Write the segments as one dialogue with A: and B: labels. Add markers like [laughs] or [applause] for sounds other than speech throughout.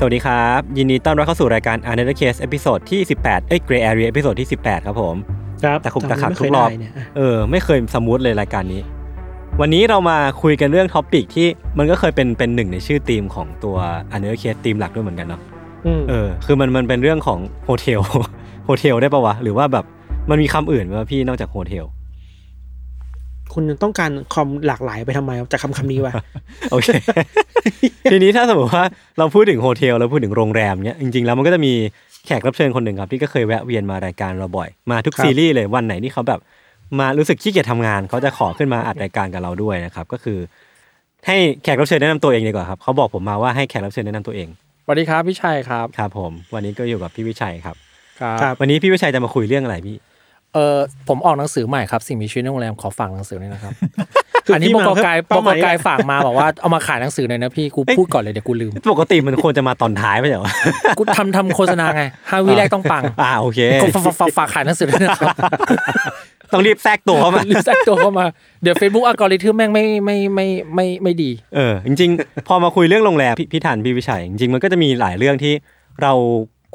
A: สวัสดีครับ ยินดีต้อนรับเข้าสู่รายการ Untitled Case ตอนที่ 18 เอ้ย Gray Area ตอนที่ 18 ครับผม
B: ครับ
A: ตะขุบตะขับทุกรอบ เออ ไม่เคยสมูทเลยรายการนี้ วันนี้เรามาคุยกันเรื่องท็อปิกที่มันก็เคยเป็นเป็นหนึ่งในชื่อธีมของตัว Untitled Case ธีมหลักด้วยเหมือนกันเนาะ เออคือมันมันเป็นเรื่องของโฮเท [laughs] ล โฮเทลได้ปะวะ หรือว่าแบบมันมีคำอื่นไหมวะพี่นอกจากโฮเทล
B: คุณต้องการความหลากหลายไปทำไมจากคำคำนี้วะ
A: โอเค [laughs] ทีนี้ถ้าสมมติว่าเราพูดถึงโฮเทลเราพูดถึงโรงแรมเนี้ยจริงๆแล้วมันก็จะมีแขกรับเชิญคนหนึ่งครับ ที่ก็เคยแวะเวียนมารายการเราบ่อย มาทุก
B: ครับ
A: ซีรีส์เลยวันไหนที่เขาแบบมารู้สึกขี้เกียจทำงาน เขาจะขอขึ้นมาอัดรายการกับเราด้วยนะครับ ก็คือ ให้แขกรับเชิญแนะนำตัวเองดีกว่าครับเขาบอกผมมาว่าให้แขกรับเชิญแนะนำตัวเอง
C: สวัสดีครับพี่ชัยครับ
A: ครับผม วันนี้ก็อยู่กับพี่วิชัยครับ
C: ครับ
B: ครับ
A: วันนี้พี่วิชัยจะมาคุยเรื่องอะไรพี่
C: เออผมออกหนังสือใหม่ครับสิ่งมีชีวิตในโรงแรมขอฝากหนังสือเลยนะครับ
B: คืออั
C: อันนี้
B: ที่
C: บ
B: มาก
C: กาย
B: เพื่อ
C: บ
B: เป้าก หมาย
C: กายฝากมาบอกว่าเอามาขายหนังสือหน่อยนะพี่กูพูดก่อนเลยเดี๋ยวกูลืม
A: ปกติมันควรจะมาตอนท้ายไม่ใช่ [laughs] เหรอ
C: กูทำทำโฆษณาไงห้าวิแรกต้องปัง
A: อ่าโอเค
C: ก็ฝากฝากฝากขายหนังสือด้วยนะครับ
A: ต้องรีบแทรกตัวเข้ามา
C: รีบแทรกตัวเข้ามาเดี๋ยว Facebook อัลกอริทึมแม่งไม่ไม่ไม่ไม่ไม่ไม่ดี
A: เออ จริง ๆ พอมาคุยเรื่องโรงแรมพี่พี่ทันพี่วิชัย จริงๆมันก็จะมีหลายเรื่องที่เรา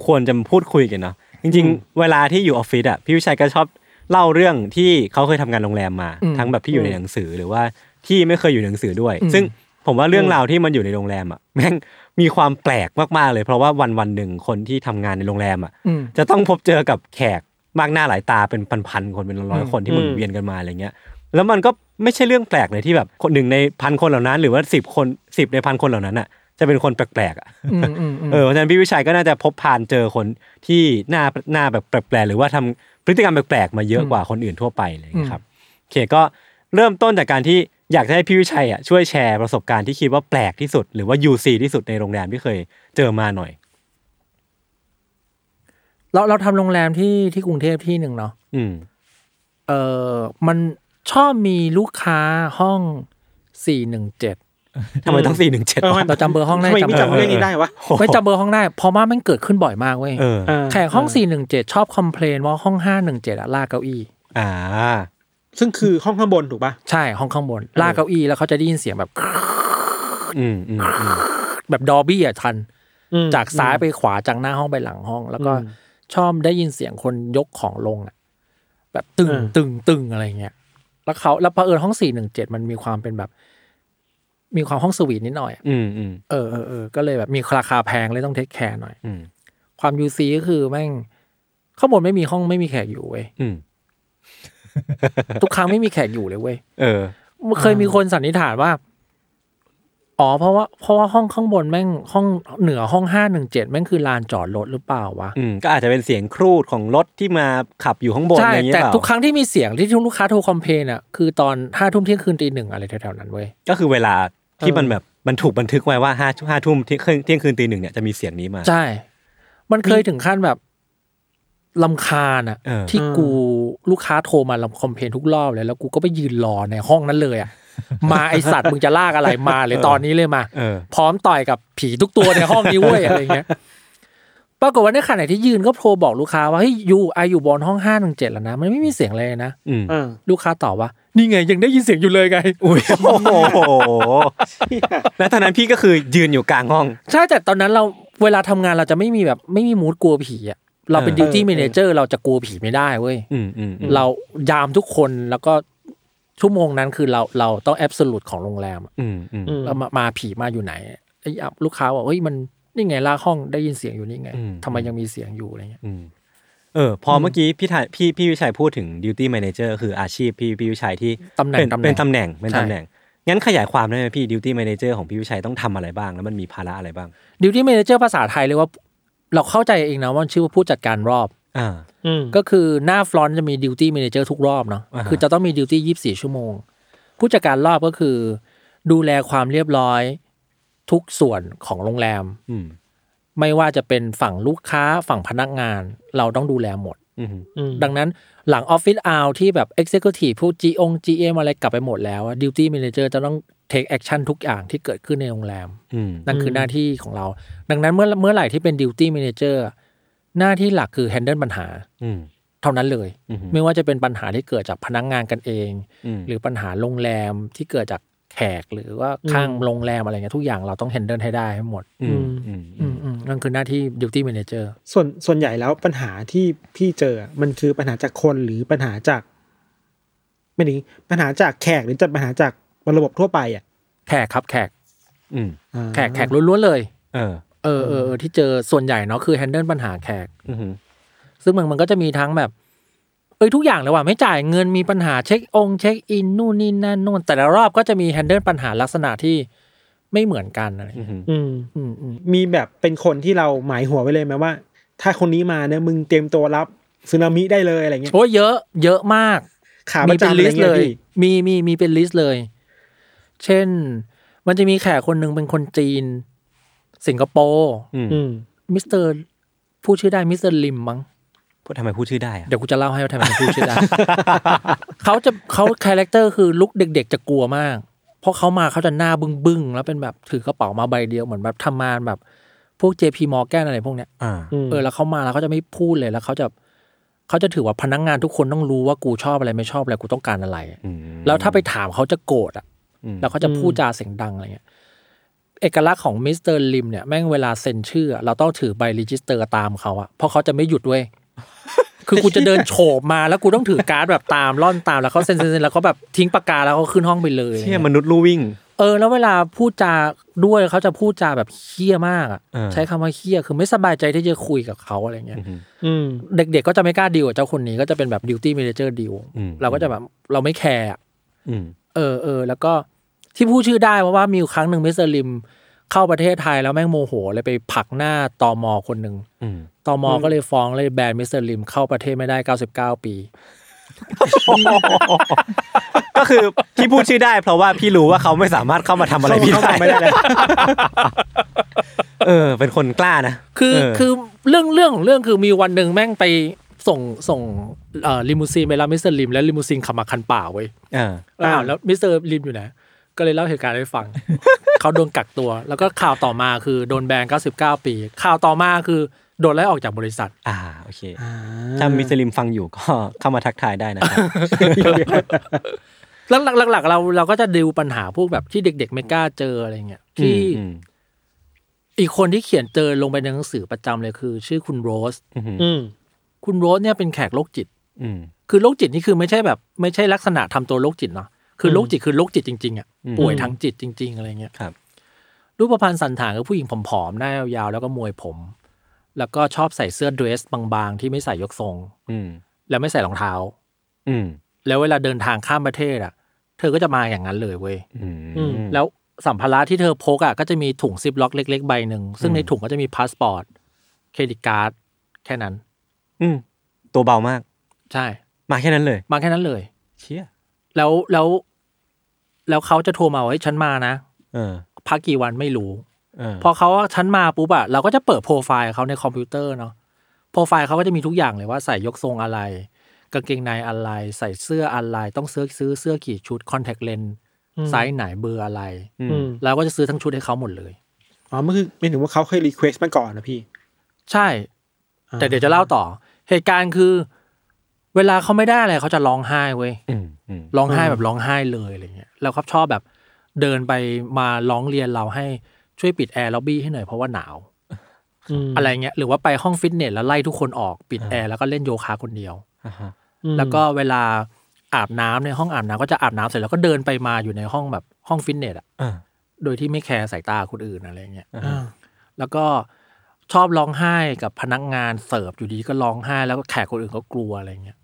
A: ควรจะพูดคุยกันเนาะจริง ๆ เวลาที่อยู่ออฟฟิศอ่ะพี่วิชัยก็ชอบเล่าเรื่องที่เขาเคยทำงานโรงแรมมา
C: อืม
A: ทั้งแบบที่อยู่ในหนังสือหรือว่าที่ไม่เคยอยู่ในหนังสือด้วย
C: อืม
A: ซึ่งผมว่าเรื่องราวที่มันอยู่ในโรงแรมอ่ะ [laughs] แม่งมีความแปลกมากๆเลยเพราะว่าวันวันๆหนึ่งคนที่ทำงานในโรงแรมอ่ะ
C: อืม
A: จะต้องพบเจอกับแขกมากหน้าหลายตาเป็นพันๆคนเป็นร้อย
C: อืม
A: ๆคนที่หมุน
B: อืม
A: เวียนกันมาอะไรเงี้ย แล้วมันก็ไม่ใช่เรื่องแปลกเลยที่แบบคนหนึ่งในพันคนเหล่านั้น หรือว่าสิบคนสิบในพันคนเหล่านั้นอ่ะจะเป็นคนแปลกๆอ่ะ
C: อืมอืมอืม
A: เออเพราะฉะนั้นพี่วิชัยก็น่าจะพบผ่านเจอคนที่หน้าหน้าแบบแปลกๆหรือว่าทำพฤติกรรมแปลกๆมาเยอะกว่าคนอื่นทั่วไปอะไรเลยครับโอเคก็เริ่มต้นจากการที่อยากจะให้พี่วิชัยอ่ะช่วยแชร์ประสบการณ์ที่คิดว่าแปลกที่สุด หรือว่ายูซีที่สุดในโรงแรมที่เคยเจอมาหน่อย
C: เราเราทำโรงแรมที่ที่กรุงเทพที่หนึ่งเนาะ
A: อืม
C: เออมันชอบมีลูกค้าห้องสี่หนึ่งเจ็ด
A: ทำไมต้องสี่หนึ่งเจ็ด
B: ออ
C: เราจำเบอร์ห้องได้
B: ทำไม
C: จำ
B: พี่จำเรื่องนี้ได้วะ
C: ไม่จำเบอร์ห้องได้เพราะว่ามันเกิดขึ้นบ่อยมากเว้ย
A: เออ
B: อ่า
C: แขกห้อง 417 ชอบคอมเพลนว่าห้อง 517อะลากเก้าอี้
A: อ่า
B: ซึ่งคือห้องข้างบนถูกปะ
C: ใช่ห้องข้างบนลากเก้าอี้แล้วเขาจะได้ยินเสียงแบบ [laughs]
A: อืมอืมอืม
C: แบบดอบี้อะทัน
B: อืม
C: จากซ้ายไปขวาจากหน้าห้องไปหลังห้อง แล้วก็
B: อืม
C: ชอบได้ยินเสียงคนยกของลงอะแบบตึง
B: อ่า
C: ตึงตึงอะไรเงี้ยแล้วเขาแล้วเผอิญห้อง 417 มันมีความเป็นแบบ มีความห้องสวีทนิดหน่อยอะ
A: อืมอืม
C: เออเออเออก็เลยแบบมีราคาแพงเลยต้องเทคแคร์หน่อย
A: อืม
C: ความยูซีก็คือแม่งข้างบนไม่มีห้องไม่มีแขกอยู่เว้ย
A: อืม
C: [laughs] ทุกครั้งไม่มีแขกอยู่เลยเว้ย
A: เออ
C: เคยมีคนสันนิษฐานว่า อ๋อ เพราะว่า เพราะว่าห้องข้างบนแม่งห้องเหนือห้องห้าหนึ่งเจ็ดแม่งคือลานจอดรถหรือเปล่าวะ
A: อืม ก็อาจจะเป็นเสียงครูดของรถที่มาขับอยู่ข้างบน
C: ใช่
A: อะไรอย่างเงี้ย
C: แต่
A: เปล่า
C: ทุกครั้งที่มีเสียงที่ลูกค้าโทรคอมเพลนอ่ะ คือตอนห้าทุ่มเที่ยงคืนตีหนึ่งอะไรแถวๆนั้นเว้ย
A: ก็คือเวลาที่
C: เออ
A: มันแบบมันถูกบันทึกไว้ว่าห้าห้าทุ่มเที่ยงคืนเที่ยงคืนตีหนึ่งเนี่ยจะมีเสียงนี้มา
C: ใช่ มันเคยถึงขั้นแบบลำคาญอ่ะ
A: เออ
C: ที่
B: อืม
C: กูลูกค้าโทรมาลำคอมเพลนทุกรอบเลยแล้วกูก็ไปยืนรอในห้องนั้นเลยอ่ะ มาไอสัตว์มึงจะลากอะไรมาเลยตอนนี้เลยมา
A: เออ
C: พร้อมต่อยกับผีทุกตัวในห้องนี้เว้ย อะไร
A: [laughs]
C: เงี้ย ปรากฏว่าในขณะที่ยืนก็โทรบอกลูกค้าว่าเฮ้ยยูไออยู่บนห้องห้าหนึ่งเจ็ดแล้วนะ มันไม่มีเสียงเลยนะ
A: อืม
B: อ่า
C: ลูกค้าตอบว่า นี่ไงยังได้ยินเสียงอยู่เลยไง
A: อุ้ยโอ้โหแล้วตอนนั้นพี่ก็คือยืนอยู่กลางห้อง
C: ใช่แต่ตอนนั้นเราเวลาทำงานเราจะไม่มีแบบไม่มีมูดกลัวผีอะเราเป็น
A: เออ
C: ดิวตี้
B: เออ
C: เมนเจอร์เราจะกลัวผีไม่ได้เว้ย
A: อืมอืมอืม
C: เรายามทุกคนแล้วก็ชั่วโมงนั้นคือเราเราต้องแอบสูตของโรงแรมอะ
A: อืมอืม
B: อืม
C: แล้วมามาผีมาอยู่ไหนไอ้อ่ะลูกค้าบอกเฮ้ยมันนี่ไงลากห้องได้ยินเสียงอยู่นี่ไงทำไมยังมีเสียงอยู่อะไรเงี้ย
A: อืม เออพอเมื่อกี้พี่ถ่ายพี่พี่วิชัยพูดถึง duty manager คืออาชีพพี่พี่วิชัยที่
C: ตำแหน่ง
A: เป็น
C: ตำแหน่ง
A: เป็นตำแหน่งเป็น
C: ใช่
A: ตำแหน่ง งั้นขยายความได้ไหมพี่ duty manager ของพี่วิชัยต้องทำอะไรบ้าง แล้วมันมีภาระอะไรบ้าง
C: ดิวตี้เมเนเจอร์ภาษาไทยเรียกว่า เราเข้าใจเองนะว่ามันชื่อว่าผู้จัดการรอบ
A: อ่า
B: อืม
C: ก็คือหน้าฟรอนต์จะมีดิวตี้เมเนเจอร์ทุกรอบเนาะ
A: อ่าฮะ
C: คือจะต้องมีดิวตี้ยี่สิบสี่ชั่วโมง ผู้จัดการรอบก็คือ ดูแลความเรียบร้อยทุกส่วนของโรงแรม
A: อืม
C: ไม่ว่าจะเป็นฝั่งลูกค้าฝั่งพนักงาน เราต้องดูแลหมด
A: อืม
B: อืม
C: ดังนั้นหลังออฟฟิศอาที่แบบ Executive พวก G อง GM อะไรกลับไปหมดแล้วดิวตี้เมเนเจอร์จะต้อง Take Action ทุกอย่างที่เกิดขึ้นในโรงแรม
A: อืม
C: นั่นคือหน้าที่ของเรา ดังนั้นเมื่อเมื่อไหร่ที่เป็นดิวตี้เมเนเจอร์หน้าที่หลักคือ handle ปัญหา
A: อืม
C: เท่านั้นเลย
A: อือฮึ
C: ไม่ว่าจะเป็นปัญหาที่เกิดจากพนักงานกันเอง
A: อืม
C: หรือปัญหาโรงแรมที่เกิดจากแขกหรือว่าข้างโรงแรมอะไรเงี้ยทุกอย่างเราต้อง handle ให้ได้ให้หมด
A: อืมอืม
C: อืมอืมนั่นคือหน้าที่ duty manager
B: ส่วนส่วนใหญ่แล้วปัญหาที่พี่เจอมันคือปัญหาจากคนหรือปัญหาจาก ไม่ถึงปัญหาจากแขกหรือจากปัญหาจากระบบทั่วไปอ่ะ
C: แขกครับแขก
A: อืม
B: อ่า
C: แขกแขกล้วนๆเลย
A: เออ
C: เออเออเออที่เจอส่วนใหญ่เนาะคือ handle ปัญหาแขก
A: อืม
C: ซึ่งมันมันก็จะมีทั้งแบบ เอ้ยทุกอย่างเลยว่ะไม่จ่ายเงินมีปัญหาเช็คองค์เช็คอินนู่นนี่นั่นนู่น แต่ละรอบก็จะมี handle ปัญหาลักษณะที่ไม่เหมือนกันอะไร
A: อืม
B: อืม
C: อืมอืม
B: มีแบบเป็นคนที่เราหมายหัวไว้เลยไหมว่า ถ้าคนนี้มาเนี่ยมึงเตรียมตัวรับสึนามิได้เลยอะไรเงี้ย
C: โอ้ยเยอะ เยอะมาก
B: ขาประ
C: มีเป็น
B: จำอะไร
C: ลิสต์เล
B: เงี้ย
C: ย
B: พี่
C: มีมีมีเป็นลิสต์เลย เช่น มันจะมีแขกคนหนึ่งเป็นคนจีน สิงคโปร์
A: อืม
B: อืม
C: มิสเตอร์พูดชื่อได้มิสเตอร์ลิมมั้ง
A: พูดทำไมพูดชื่อได้อะ
C: เดี๋ยวกูจะเล่าให้ว่าทำไมถึงพูดชื่อได้ [laughs] เขาจะเขาคาแรคเตอร์คือลุกเด็ก ๆ จะกลัวมาก เพราะเขามาเขาจะหน้าบึ้งๆ แล้วเป็นแบบถือกระเป๋ามาใบเดียวเหมือนแบบทำงานแบบ พวก JP Morgan อะไรพวกเนี้ย
A: อ่า
B: ม
C: เออแล้วเขามาแล้วเขาจะไม่พูดเลยแล้วเขาจะเขาจะถือว่าพนักงานทุกคนต้องรู้ว่ากูชอบอะไรไม่ชอบอะไรกูต้องการอะไร
A: อืม
C: แล้วถ้าไปถามเขาจะโกรธอ่ะ
A: อืม
C: แล้วเขาจะพูดจาเสียงดังอะไรเงี้ย เอกลักษณ์ของมิสเตอร์ลิมเนี่ยแม่งเวลาเซ็นชื่ออะเราต้องถือใบรีจิสเตอร์ตามเขาอะเพราะเขาจะไม่หยุดเว้ย คือกูจะเดินโฉบมาแล้วกูต้องถือการ์ดแบบตามล่อนตามแล้วเขาเซ็นเซ็นเซ็นแล้วเขาแบบทิ้งปากกาแล้วเขาขึ้นห้องไปเลยอะไร
A: เชี่ย
C: เงี้ย
A: มนุษย์ลู่วิ่ง
C: เออแล้วเวลาพูดจาด้วยเขาจะพูดจาแบบเคี้ยมากอะ
A: เออ
C: ใช้คำว่าเคี้ยคือไม่สบายใจที่จะคุยกับเขาอะไรเงี้ย
A: อืม
B: อืม
C: เด็กๆก็จะไม่กล้าดีลกับเจ้าคนนี้ก็จะเป็นแบบดิวตี้เมเนเจอร์ดีล
A: อืม
C: เราก็จะแบบเราไม่แคร์อะ
A: อืม
C: เออเออแล้วก็ที่พูดชื่อได้เพราะว่ามีอยู่ครั้งหนึ่งมิสเตอร์ลิมเข้าประเทศไทยแล้วแม่งโมโหเลยไปผลักหน้าตอมอคนหนึ่ง
A: อืม
C: ตอมอก็เลยฟ้องเลยแบนมิสเตอร์ลิมเข้าประเทศไม่ได้ 99 ปี
A: ก็คือ [laughs] ที่พูดชื่อได้ เพราะว่าพี่รู้ว่าเขาไม่สาม [laughs] ารถเข้ามาทำอะไรพี่
B: เข้า
A: ได้
B: มาไม่ได้เลย
A: เออ เป็นคนกล้านะ
C: คือ
A: เ
C: คือเรื่องเรื่องของเรื่องคือมีวันหนึ่งแม่งไปส่งส่งเอ่อลิมูซีนไปรับมิสเตอร์ลิมแล้วลิมูซีนขับมาคันเปล่าเว้ย
A: เออ
C: อ้าวแล้วมิสเตอร์ลิมอยู่ไหนก็เลยเล่าเหตุการณ์ให้ฟั [laughs] ง เขาโดนกักตัว แล้วก็ข่าวต่อมาคือโดนแบน99 ปี ข่าวต่อมาคือโดนไล่ออกจากบริษัท
A: อ่าโอเค ถ้ามิสลิมฟังอยู่ก็ เข้ามาทักทายได้นะครับ
C: หลักๆหลักๆเราเราก็จะดิวปัญหาพวกแบบที่เด็ก ๆ ไม่กล้าเจออะไรเงี้ยที่
A: อืม
C: อีกคนที่เขียนเจอลงไปในหนังสือประจำเลยคือ ชื่อคุณโรส
A: อืม
B: อืม
C: คุณโรสเนี่ยเป็นแขกโรคจิต
A: อืม
C: คือโรคจิตนี่คือไม่ใช่แบบ ไม่ใช่ลักษณะทำตัวโรคจิตเนาะคือโรคจิตคือโรคจิตจริงๆอ่ะป่วยทางจิตจริง ๆ อะไรเงี้ย
A: ครับ
C: รูปพรรณสันฐานคือผู้หญิงผอมๆหน้ายาวๆแล้วก็มวยผม แล้วก็ชอบใส่เสื้อเดรสบางๆ ที่ไม่ใส่ยกทรง
A: อืม
C: แล้วไม่ใส่รองเท้า
A: อืม
C: แล้วเวลาเดินทางข้ามประเทศอ่ะ เธอก็จะมาอย่างนั้นเลยเว้ย
A: อืม
B: อืม
C: แล้วสัมภาระที่เธอพกอ่ะก็จะมีถุงซิปล็อกเล็ก ๆ ใบหนึ่ง ซึ่งในถุงก็จะมีพาสปอร์ตเครดิตการ์ดแค่นั้น
A: อืมตัวเบามาก
C: ใช่
A: มาแค่นั้นเลย
C: มาแค่นั้นเลย
A: เชี่ย
C: แล้วแล้วแล้วเขาจะโทรมาว่าเฮ้ยฉันมานะ
A: เออ
C: พักกี่วันไม่รู้
A: เออ
C: พอเขาว่าฉันมาปุ๊บอะเราก็จะเปิดโปรไฟล์เขาในคอมพิวเตอร์เนาะโปรไฟล์เขาก็จะมีทุกอย่างเลยว่าใส่ยกทรงอะไร กางเกงในอะไร ใส่เสื้ออะไร ต้องซื้อซื้อเสื้อกี่ชุดคอนแทคเลนส์ไซส์ไหนเบอร์อะไร
A: อื
B: อื
A: ม
B: ม
C: เราก็จะซื้อทั้งชุดให้เขาหมดเลย
B: อ๋อมันคือไม่ถึงว่าเขาเคยรีเควสต์มาก่อนนะพี่
C: ใช่ แต่เดี๋ยวจะเล่าต่อ เหตุการณ์คือ เวลาเขาไม่ได้อะไรเขาจะร้องไห้เว้ย
A: อืมอืม
C: ร้องไห้แบบร้องไห้เลยอะไรเงี้ยแล้วเขาชอบแบบเดินไปมาร้องเรียนเราให้ช่วยปิดแอร์ล็อบบี้ให้หน่อยเพราะว่าหนาว
B: ม
C: อะไรเงี้ยหรือว่าไปห้องฟิตเนสแล้วไล่ทุกคนออกปิดแอร์แล้วก็เล่นโยคะคนเดียว
A: อ่าฮะ
B: อืม
C: แล้วก็เวลาอาบน้ำในห้องอาบน้ำก็จะอาบน้ำเสร็จแล้วก็เดินไปมาอยู่ในห้องแบบห้องฟิตเนสอะ
A: อ่า
C: โดยที่ไม่แคร์สายตาคนอื่นอะไรเงี้ย
B: อ่า
C: แล้วก็ ชอบร้องไห้กับพนักงานเสิร์ฟอยู่ดีก็ร้องไห้แล้วก็แขกคนอื่นก็กลัวอะไรเงี้ย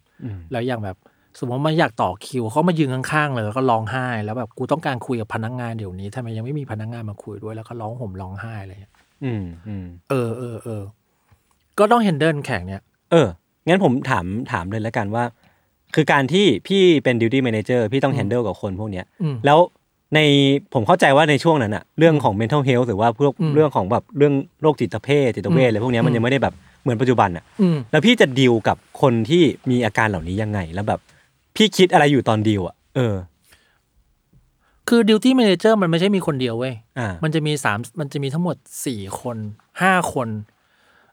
C: แล้วอย่างแบบสมมติมันอยากต่อคิวเขามายืนข้างๆเลยแล้วก็ร้องไห้ แล้วแบบกูต้องการคุยกับพนักงานเดี๋ยวนี้ทำไมยังไม่มีพนักงานมาคุยด้วยแล้วก็ร้องห่มร้องไห้อะไรเงี้ย
A: อืมอืม
C: เออเออเออก็ต้องเฮนเดิลแขกเนี่ย
A: เออ งั้นผมถามถามเลยแล้วกันว่า คือการที่พี่เป็นดิวตี้แมเนเจอร์พี่ต้องแฮนเดิลกับคนพวกเนี้ย
C: อืม
A: แล้วในผมเข้าใจว่าในช่วงนั้นอะเรื่องของ mental health หรือว่าพวก
C: อืม
A: เรื่องของแบบเรื่องโรคจิตเภทจิตเวชอะไรพวกเนี้ยมัน
C: อืม
A: ยังไม่ได้แบบเหมือนปัจจุบันอะ
C: อืม
A: แล้วพี่จะดีลกับคนที่มีอาการเหล่านี้ยังไง แล้วแบบ พี่คิดอะไรอยู่ตอนดีลอะเออ
C: คือดิวตี้ a ม a นเจอร์มันไม่ใช่มีคนเดียวเว้ย
A: อ่ามั
C: มันจะมีสามมันจะมีทั้งหมดสี่คนห้าคน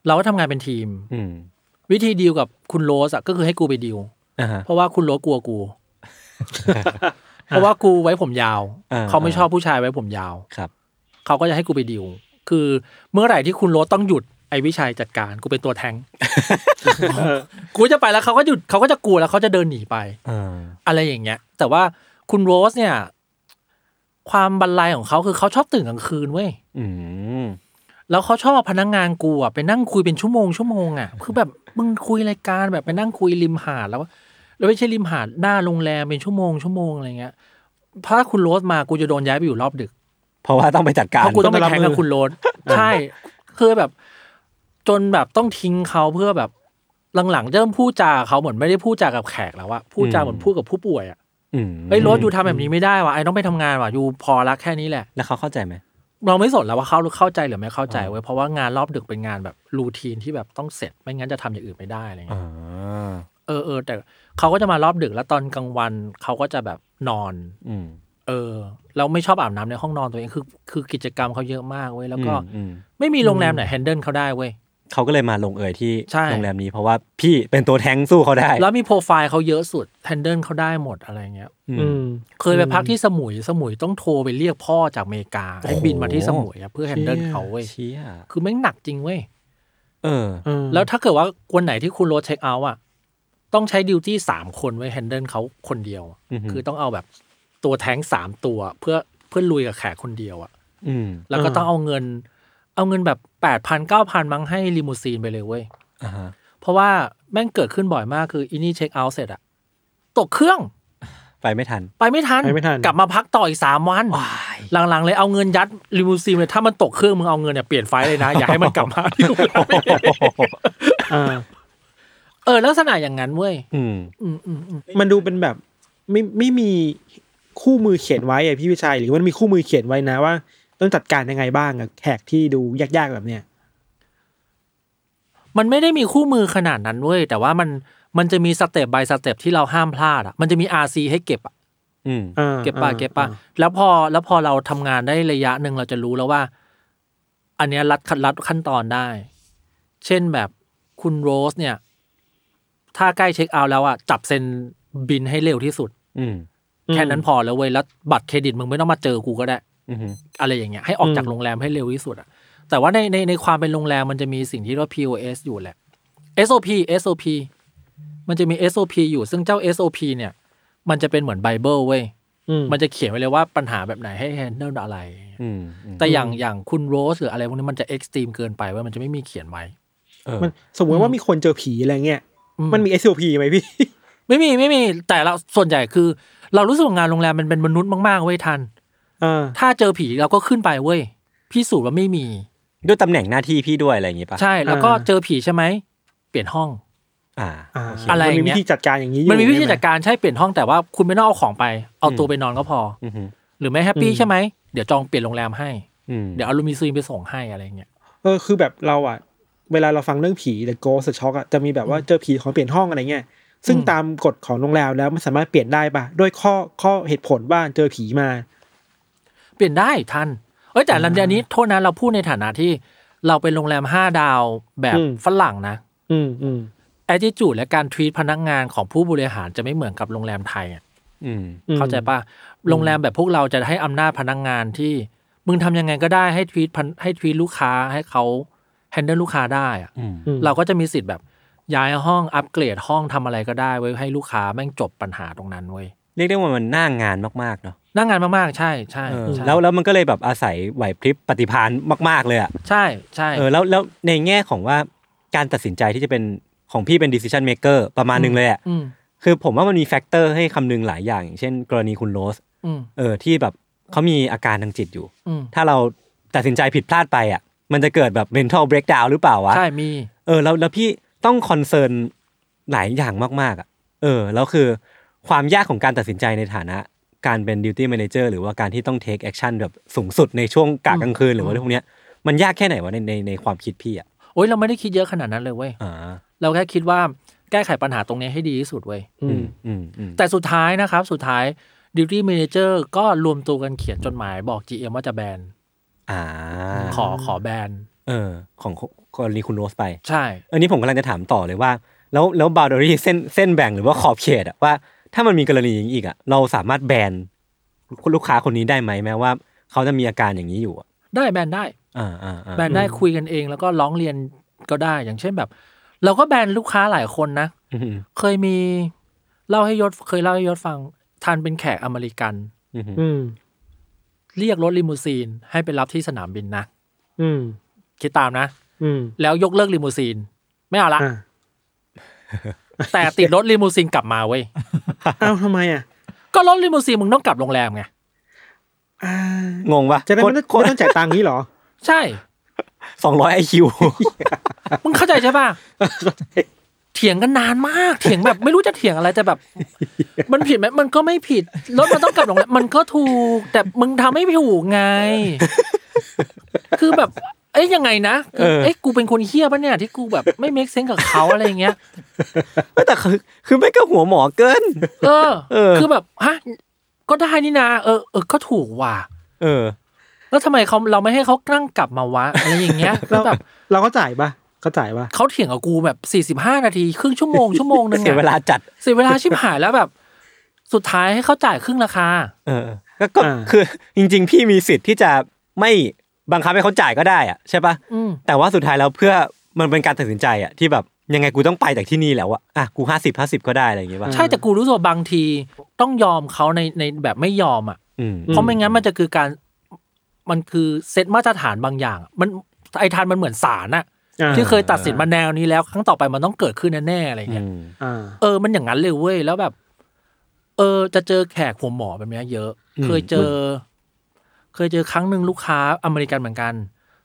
C: เราก็ทำงานเป็นทีม
A: อืม
C: วิธีดีลกับคุณโรสอะก็คือให้กูไปดีล
A: อ่าฮะ
C: เพราะว่าคุณโรสกลัว [laughs] กู เพราะว่ากูไว้ผมยาว
A: อ่า
C: เขาไม่ชอบผู้ชายไว้ผมยาว
A: ครับ
C: เขาก็จะให้กูไปดีลคือเมื่อไหร่ที่คุณโรสต้องหยุดไอ้วิชัยจัดการ กูเป็นตัวแทง [laughs] กูจะไปแล้วเขาก็หยุดเขาก็จะกลัวแล้วเขาจะเดินหนีไป
A: เออ
C: อะไรอย่างเงี้ย แต่ว่าคุณโรสเนี่ย ความบันไลของเขาคือเขาชอบตื่นกลางคืนเว้ย
A: อืม
C: แล้วเขาชอบเอาพนักงานกูอ่ะไปนั่งคุยเป็นชั่วโมงชั่วโมงอ่ะคือแบบมึงคุยรายการแบบไปนั่งคุยริมหาดแล้วแล้วไม่ใช่ริมหาดหน้าโรงแรมเป็นชั่วโมงชั่วโมงอะไรเงี้ยถ้าคุณโรสมากูจะโดนย้ายไปอยู่รอบดึก
A: เพราะว่าต้องไปจัดการ
C: เพราะกูต้องไปแข่งกับคุณโรสใช่คือแบบ จนแบบต้องทิ้งเขาเพื่อแบบหลังๆเริ่มพูดจาเขาเหมือนไม่ได้พูดจากับแขกแล้วอะพูดจา
A: อืม
C: เหมือนพูดกับผู้ป่วยอะ
A: อืม
C: เฮ้ยรถอยู่ทำแบบนี้ไม่ได้ว่ะไอ้ต้องไปทำงานว่ะอยู่พอละแค่นี้แหละ
A: แล้วเขาเข้าใจไหม
C: เราไม่สนแล้วว่าเขาเข้าใจหรือไม่เข้าใจเว้ยเพราะว่างานรอบดึกเป็นงานแบบรูทีนที่แบบต้องเสร็จไม่งั้นจะทำอย่างอื่นไม่ได้อะไรเงี้ยเออเออแต่เขาก็จะมารอบดึกแล้วตอนกลางวันเขาก็จะแบบนอน
A: อืม
C: เออเราไม่ชอบอาบน้ำในห้องนอนตัวเองคือคือกิจกรรมเขาเยอะมากเว้ยแล้วก็
A: อืม
C: ไม่มีโรงแรมไหนแฮนเดิลเขาได้เว้ย
A: เขาก็เลยมาลงเอยที่
C: ใช่
A: โรงแรมนี้เพราะว่าพี่เป็นตัวแทงสู้เขาได้
C: แล้วมีโปรไฟล์เขาเยอะสุดแฮนเดิลเขาได้หมดอะไรเงี้ย
A: อืม
B: อืม
C: เคยไปพักที่สมุยสมุยต้องโทรไปเรียกพ่อจากอเมริกาให้
A: โอ้โห
C: บินมาที่สมุยอะเพื่อแฮนเดิล
B: เชี่ย
C: เขาเว้ย
A: เชี่ย
C: คือแม่งหนักจริงเว้ย
A: เออ
B: เออ
C: แล้วถ้าเกิดว่าวันไหนที่คุณโรดเช็คเอาท์อ่ะ ต้องใช้ดิวตี้สามคนไว้แฮนเดิลเขาคนเดียว
A: อือหือ
C: คือต้องเอาแบบตัวแท้งสามตัวเพื่อเพื่อลุยกับแขกคนเดียวอ่ะ
A: อืม
C: แล้วก็ต้องเอาเงิน เอาเงินแบบแปดพันเก้าพันมั้งให้ลิมูซีนไปเลยเว้ย
A: อ่าฮะ
C: เพราะว่าแม่งเกิดขึ้นบ่อยมากคืออินี่เช็คเอาท์เสร็จอ่ะ ตกเครื่อง
A: ไปไม่ทัน
C: ไปไม่ทัน
B: ไปไม่ทัน
C: กลับมาพักต่ออีกสามวัน หลังๆ เลยเอาเงินยัดลิมูซีนเลยถ้ามันตกเครื่องมึงเอาเงินเนี่ยเปลี่ยนไฟล์เลยนะ อย่าให้มันกลับมาที่โรงแรม
B: อ่า
C: เออลักษณะอย่างนั้นเว้ย
A: อืม
C: อืมอืมอืม
B: มันดูเป็นแบบไม่ไม่มีคู่มือเขียนไว้อะพี่วิชัยหรือมันมีคู่มือเขียนไว้นะว่า ต้องจัดการยังไงบ้างอะแขกที่ดูยากๆแบบเนี้ย
C: มันไม่ได้มีคู่มือขนาดนั้นเว้ยแต่ว่ามันมันจะมีสเต็ปบายสเต็ปที่เราห้ามพลาดอ่ะมันจะมี RC ให้เก็บอ่ะ
A: อืม
B: อ่า
C: เก็บป่ะเก็บป่ะ
B: อ่า
C: แล้วพอแล้วพอเราทำงานได้ระยะหนึ่งเราจะรู้แล้วว่า อันเนี้ยรัดขั้นรัดขั้นตอนได้ เช่นแบบคุณโรสเนี่ย ถ้าใกล้เช็คเอาท์แล้วอ่ะจับเซ็นบินให้เร็วที่สุด
A: อืม
B: อืม
C: แค่นั้นพอแล้วเว้ยแล้วบัตรเครดิตมึงไม่ต้องมาเจอกูก็ได้
A: อืม
C: อะไรอย่างเงี้ยให้ออกจาก
B: อืม
C: โรงแรมให้เร็วที่สุดอะแต่ว่าในในในความเป็นโรงแรมมันจะมีสิ่งที่เรียกว่า POS อยู่แหละ SOP SOP มันจะมี SOP อยู่ซึ่งเจ้า SOP เนี่ย มันจะเป็นเหมือนไบเบิลเว้ย
B: อืม
C: มันจะเขียนไว้เลยว่าปัญหาแบบไหนให้แฮนเดิลอะไร
A: อืม
C: แต่อย่างอย่างคุณโรสหรืออะไรพวกนี้มันจะเอ็กซ์ตรีมเกินไปเว้ยมันจะไม่มีเขียนไว้
A: เออ
B: มันสมมติว่ามีคนเจอผีอะไรเงี้ย
C: อื
B: มันมี SOP ไหมพี่
C: ไม่มีไม่มีแต่เราส่วนใหญ่คือ เรารู้สึกว่างานโรงแรมมันเป็นมนุษย์มากๆเว้ยทัน
B: อ่า
C: ถ้าเจอผีเราก็ขึ้นไปเว้ยพิสูจน์ว่าไม่มี
A: ด้วยตำแหน่งหน้าที่พี่ด้วยอะไรอย่างงี้ป่ะ
C: ใช่แล้วก็เจอผีใช่ไหมเปลี่ยนห้อง
A: อ่า
B: า
A: โอเค
C: อะไรอ
B: มัน
C: ย่างเงี้ย
B: มีวิธีจัดการอย่างนี้อยู่
C: มันมีวิธี
B: ใช่ไห
C: จัดการใช่เปลี่ยนห้องแต่ว่าคุณไม่ต้องเอาของไป เอาตัวไปนอนก็พอ
A: อืม
C: หรือไม่แฮปปี้ใช่ไหมเดี๋ยวจองเปลี่ยนโรงแรมให้
A: อืม
C: เดี๋ยวเอาลูมิซีนไปส่งให้อะไรเงี้ย
B: เออคือแบบเราอ่ะ เวลาเราฟังเรื่องผี The Ghost The Shock อะจะมีแบบว่าเจอผีขอเปลี่ยนห้องอะไรเงี้ยซึ่งตามกฎของโรงแรมแล้วมันสามารถเปลี่ยนได้ปะด้วยข้อข้อเหตุผลว่าเจอผีมา
C: เปลี่ยนได้ทันเอ้ยแต่ลันเดียนี้โทษนะเราพูดในฐานะที่ เราเป็นโรงแรมห้าดาวแบบ
B: อืม
C: ฝรั่งนะ
B: อืมอืม
C: แอจิจูดและการทวีตพนักงานของผู้บริหารจะไม่เหมือนกับโรงแรมไทยอะ
A: อืม
B: อืม
C: เข้าใจปะโรงแรมแบบพวกเราจะให้อำนาจพนักงานที่มึงทำยังไงก็ได้ให้ทวีตพนให้ทวีตลูกค้าให้เขาแฮนเดิลลูกค้าได้อะ
A: อืม
B: อืม
C: เราก็จะมีสิทธิ์แบบย้ายห้องอัปเกรดห้องทำอะไรก็ได้ไว้ยให้ลูกค้าแม่งจบปัญหาตรงนั้นเว้ย
A: เรียกได้ว่ามันหน้างานมากๆเนาะ
C: น่างานมากๆ ใช่ใช่
A: เออ
C: ใช่
A: แล้วแล้วมันก็เลยแบบอาศัยไหวพริบปฏิภาณมาก ๆ เลยอ่ะ
C: ใช่ใช่
A: เออแล้วแล้วในแง่ของว่าการตัดสินใจที่จะเป็นของพี่เป็น decision maker ประมาณหนึงเลยอ่ะ
C: อืม
A: คือผมว่ามันมีแฟกเตอร์ให้คำนึงหลายอย่างอย่างเช่น กรณีคุณโรส
C: อืม
A: เออที่แบบเขามีอาการทางจิตอยู่
C: อืม
A: ถ้าเราตัดสินใจผิดพลาดไปอ่ะมันจะเกิดแบบ mental breakdown หรือเปล่าวะ
C: ใช่มี
A: เออแล้วแล้วพี่ต้องคอนเซิร์นหลายอย่างมาก ๆอ่ะเออแล้วคือความยากของการตัดสินใจในฐานะ การเป็นดิวตี้แมเนเจอร์หรือว่าการที่ต้องเทคแอคชั่นแบบสูงสุดในช่วงกะกลางคืนหรือว่าอะไรพวกเนี้ยมันยากแค่ไหนวะในในในความคิดพี่อ่ะ
C: โอ๊ยเราไม่ได้คิดเยอะขนาดนั้นเลยเว้ย
A: อ่า
C: เราแค่คิดว่าแก้ไขปัญหาตรงนี้ให้ดีที่สุดเว้ย
B: อื
A: อื
B: ม
A: มอืมอืม
C: แต่สุดท้ายนะครับ สุดท้ายดิวตี้ a ม a เจอร์ก็รวมตัวกันเขียนจดหมายบอก GM ว่าจะแบน
A: อ่า
C: ขอขอแบน
A: เออของกรณีคุณโรสไป
C: ใช่
A: อันนี้ผมกำลังจะถามต่อเลยว่า แล้วแล้วบาร์ดอรี่เส้นเส้นแบ่งหรือว่าขอบเขตอะว่า ถ้ามันมีกรณีอย่างนี้อีกอะเราสามารถแบนลูกค้าคนนี้ได้ไหมแม้ว่า เขาจะมีอาการอย่างนี้อยู่อะ
C: ได้แบนได้
A: อ่าอ่าอ่า
C: แบนได้คุยกันเองแล้วก็ร้องเรียนก็ได้อย่างเช่นแบบ เราก็แบนลูกค้าหลายคนนะ
A: อืม
C: เคยมีเล่าให้ยศเคยเล่าให้ยศฟังทานเป็นแขกอเมริกัน
A: อืม
B: อืม
C: เรียกรถลิมูซีนให้ไปรับที่สนามบินนะ
B: อืม
C: คิดตามนะ
B: อืม
C: แล้วยกเลิกลิมูซีน ไม่เอาละ
B: อ่ะ
C: แต่ติดรถลิมูซีนกลับมาเว้ย
B: เอ้าทำไมอ่ะ
C: ก็รถลิมูซีนมึงต้องกลับโรงแรมไง
B: อ่าง
A: งปะ
B: จะได้ไม่ต้องไม่ต้องจ่ายตังค์นี้เหรอ
C: ใช่
A: สองร้อยไอคิว
C: มึงเข้าใจใช่ป่ะ เถียงกันนานมาก เถียงแบบไม่รู้จะเถียงอะไรแต่แบบ มันผิดไหมมันก็ไม่ผิด รถมันต้องกลับโรงแรมมันก็ถูก แต่มึงทำไม่ถูกไง คือแบบ เอ้ยยังไงนะคือ
A: เออ
C: เอ้ยกูเป็นคนเฮี้ยปะเนี่ย ที่กูแบบไม่เมคเซนกับเขาอะไรอย่างเงี้ย
A: แต่คือคือไม่ก็หัวหมอเกิน
C: เออ
A: เออ
C: คือแบบฮะก็ได้นี่นาเออเออก็ถูกว่ะ
A: เออ
C: แล้วทำไมเขาเราไม่ให้เขากลั้งกลับมาวะ อะไรอย่างเงี้ยแล้วแบบ
B: เราก็จ่ายปะก็จ่ายปะ
C: เขาเถียงกับกูแบบสี่สิบห้านาที ครึ่งชั่วโมงชั่วโมงนึงอะ
A: เสียเวลาจัด
C: เสียเวลาชิบหายแล้วแบบ สุดท้ายให้เขาจ่ายครึ่งราคา
A: เออก็ก็คือจริง ๆ พี่มีสิทธิ์ที่จะไม่บังคับให้เขาจ่ายก็ได้อะใช่ปะ
C: อืม
A: แต่ว่าสุดท้ายแล้วเพื่อมันเป็นการตัดสินใจอะที่แบบยังไงกูต้องไปจากที่นี่แล้วอะอ่ะกูห้าสิบห้าสิบก็ได้อะไรอย่างเงี้ยป่ะ
C: ใช่แต่กูรู้สึกว่าบางที ต้องยอมเขาในในแบบไม่ยอมอ่ะ
A: อืม
C: เพราะไม่งั้นมันจะคือการมันคือเซตมาตรฐานบางอย่างอะมันไอทานมันเหมือนศาลอะ
B: อ่า
C: ที่เคยตัดสินมาแนวนี้แล้ว ครั้งต่อไปมันต้องเกิดขึ้นแน่ๆอะไรอย่างเงี้ย
A: อืม
B: อ่า
C: เออ มันอย่างนั้นเลยเว้ย แล้วแบบ เออ จะเจอแขกผมหมอแบบเนี้ยเยอะ เคยเจอ เคยเจอครั้งหนึ่งลูกค้าอเมริกันเหมือนกัน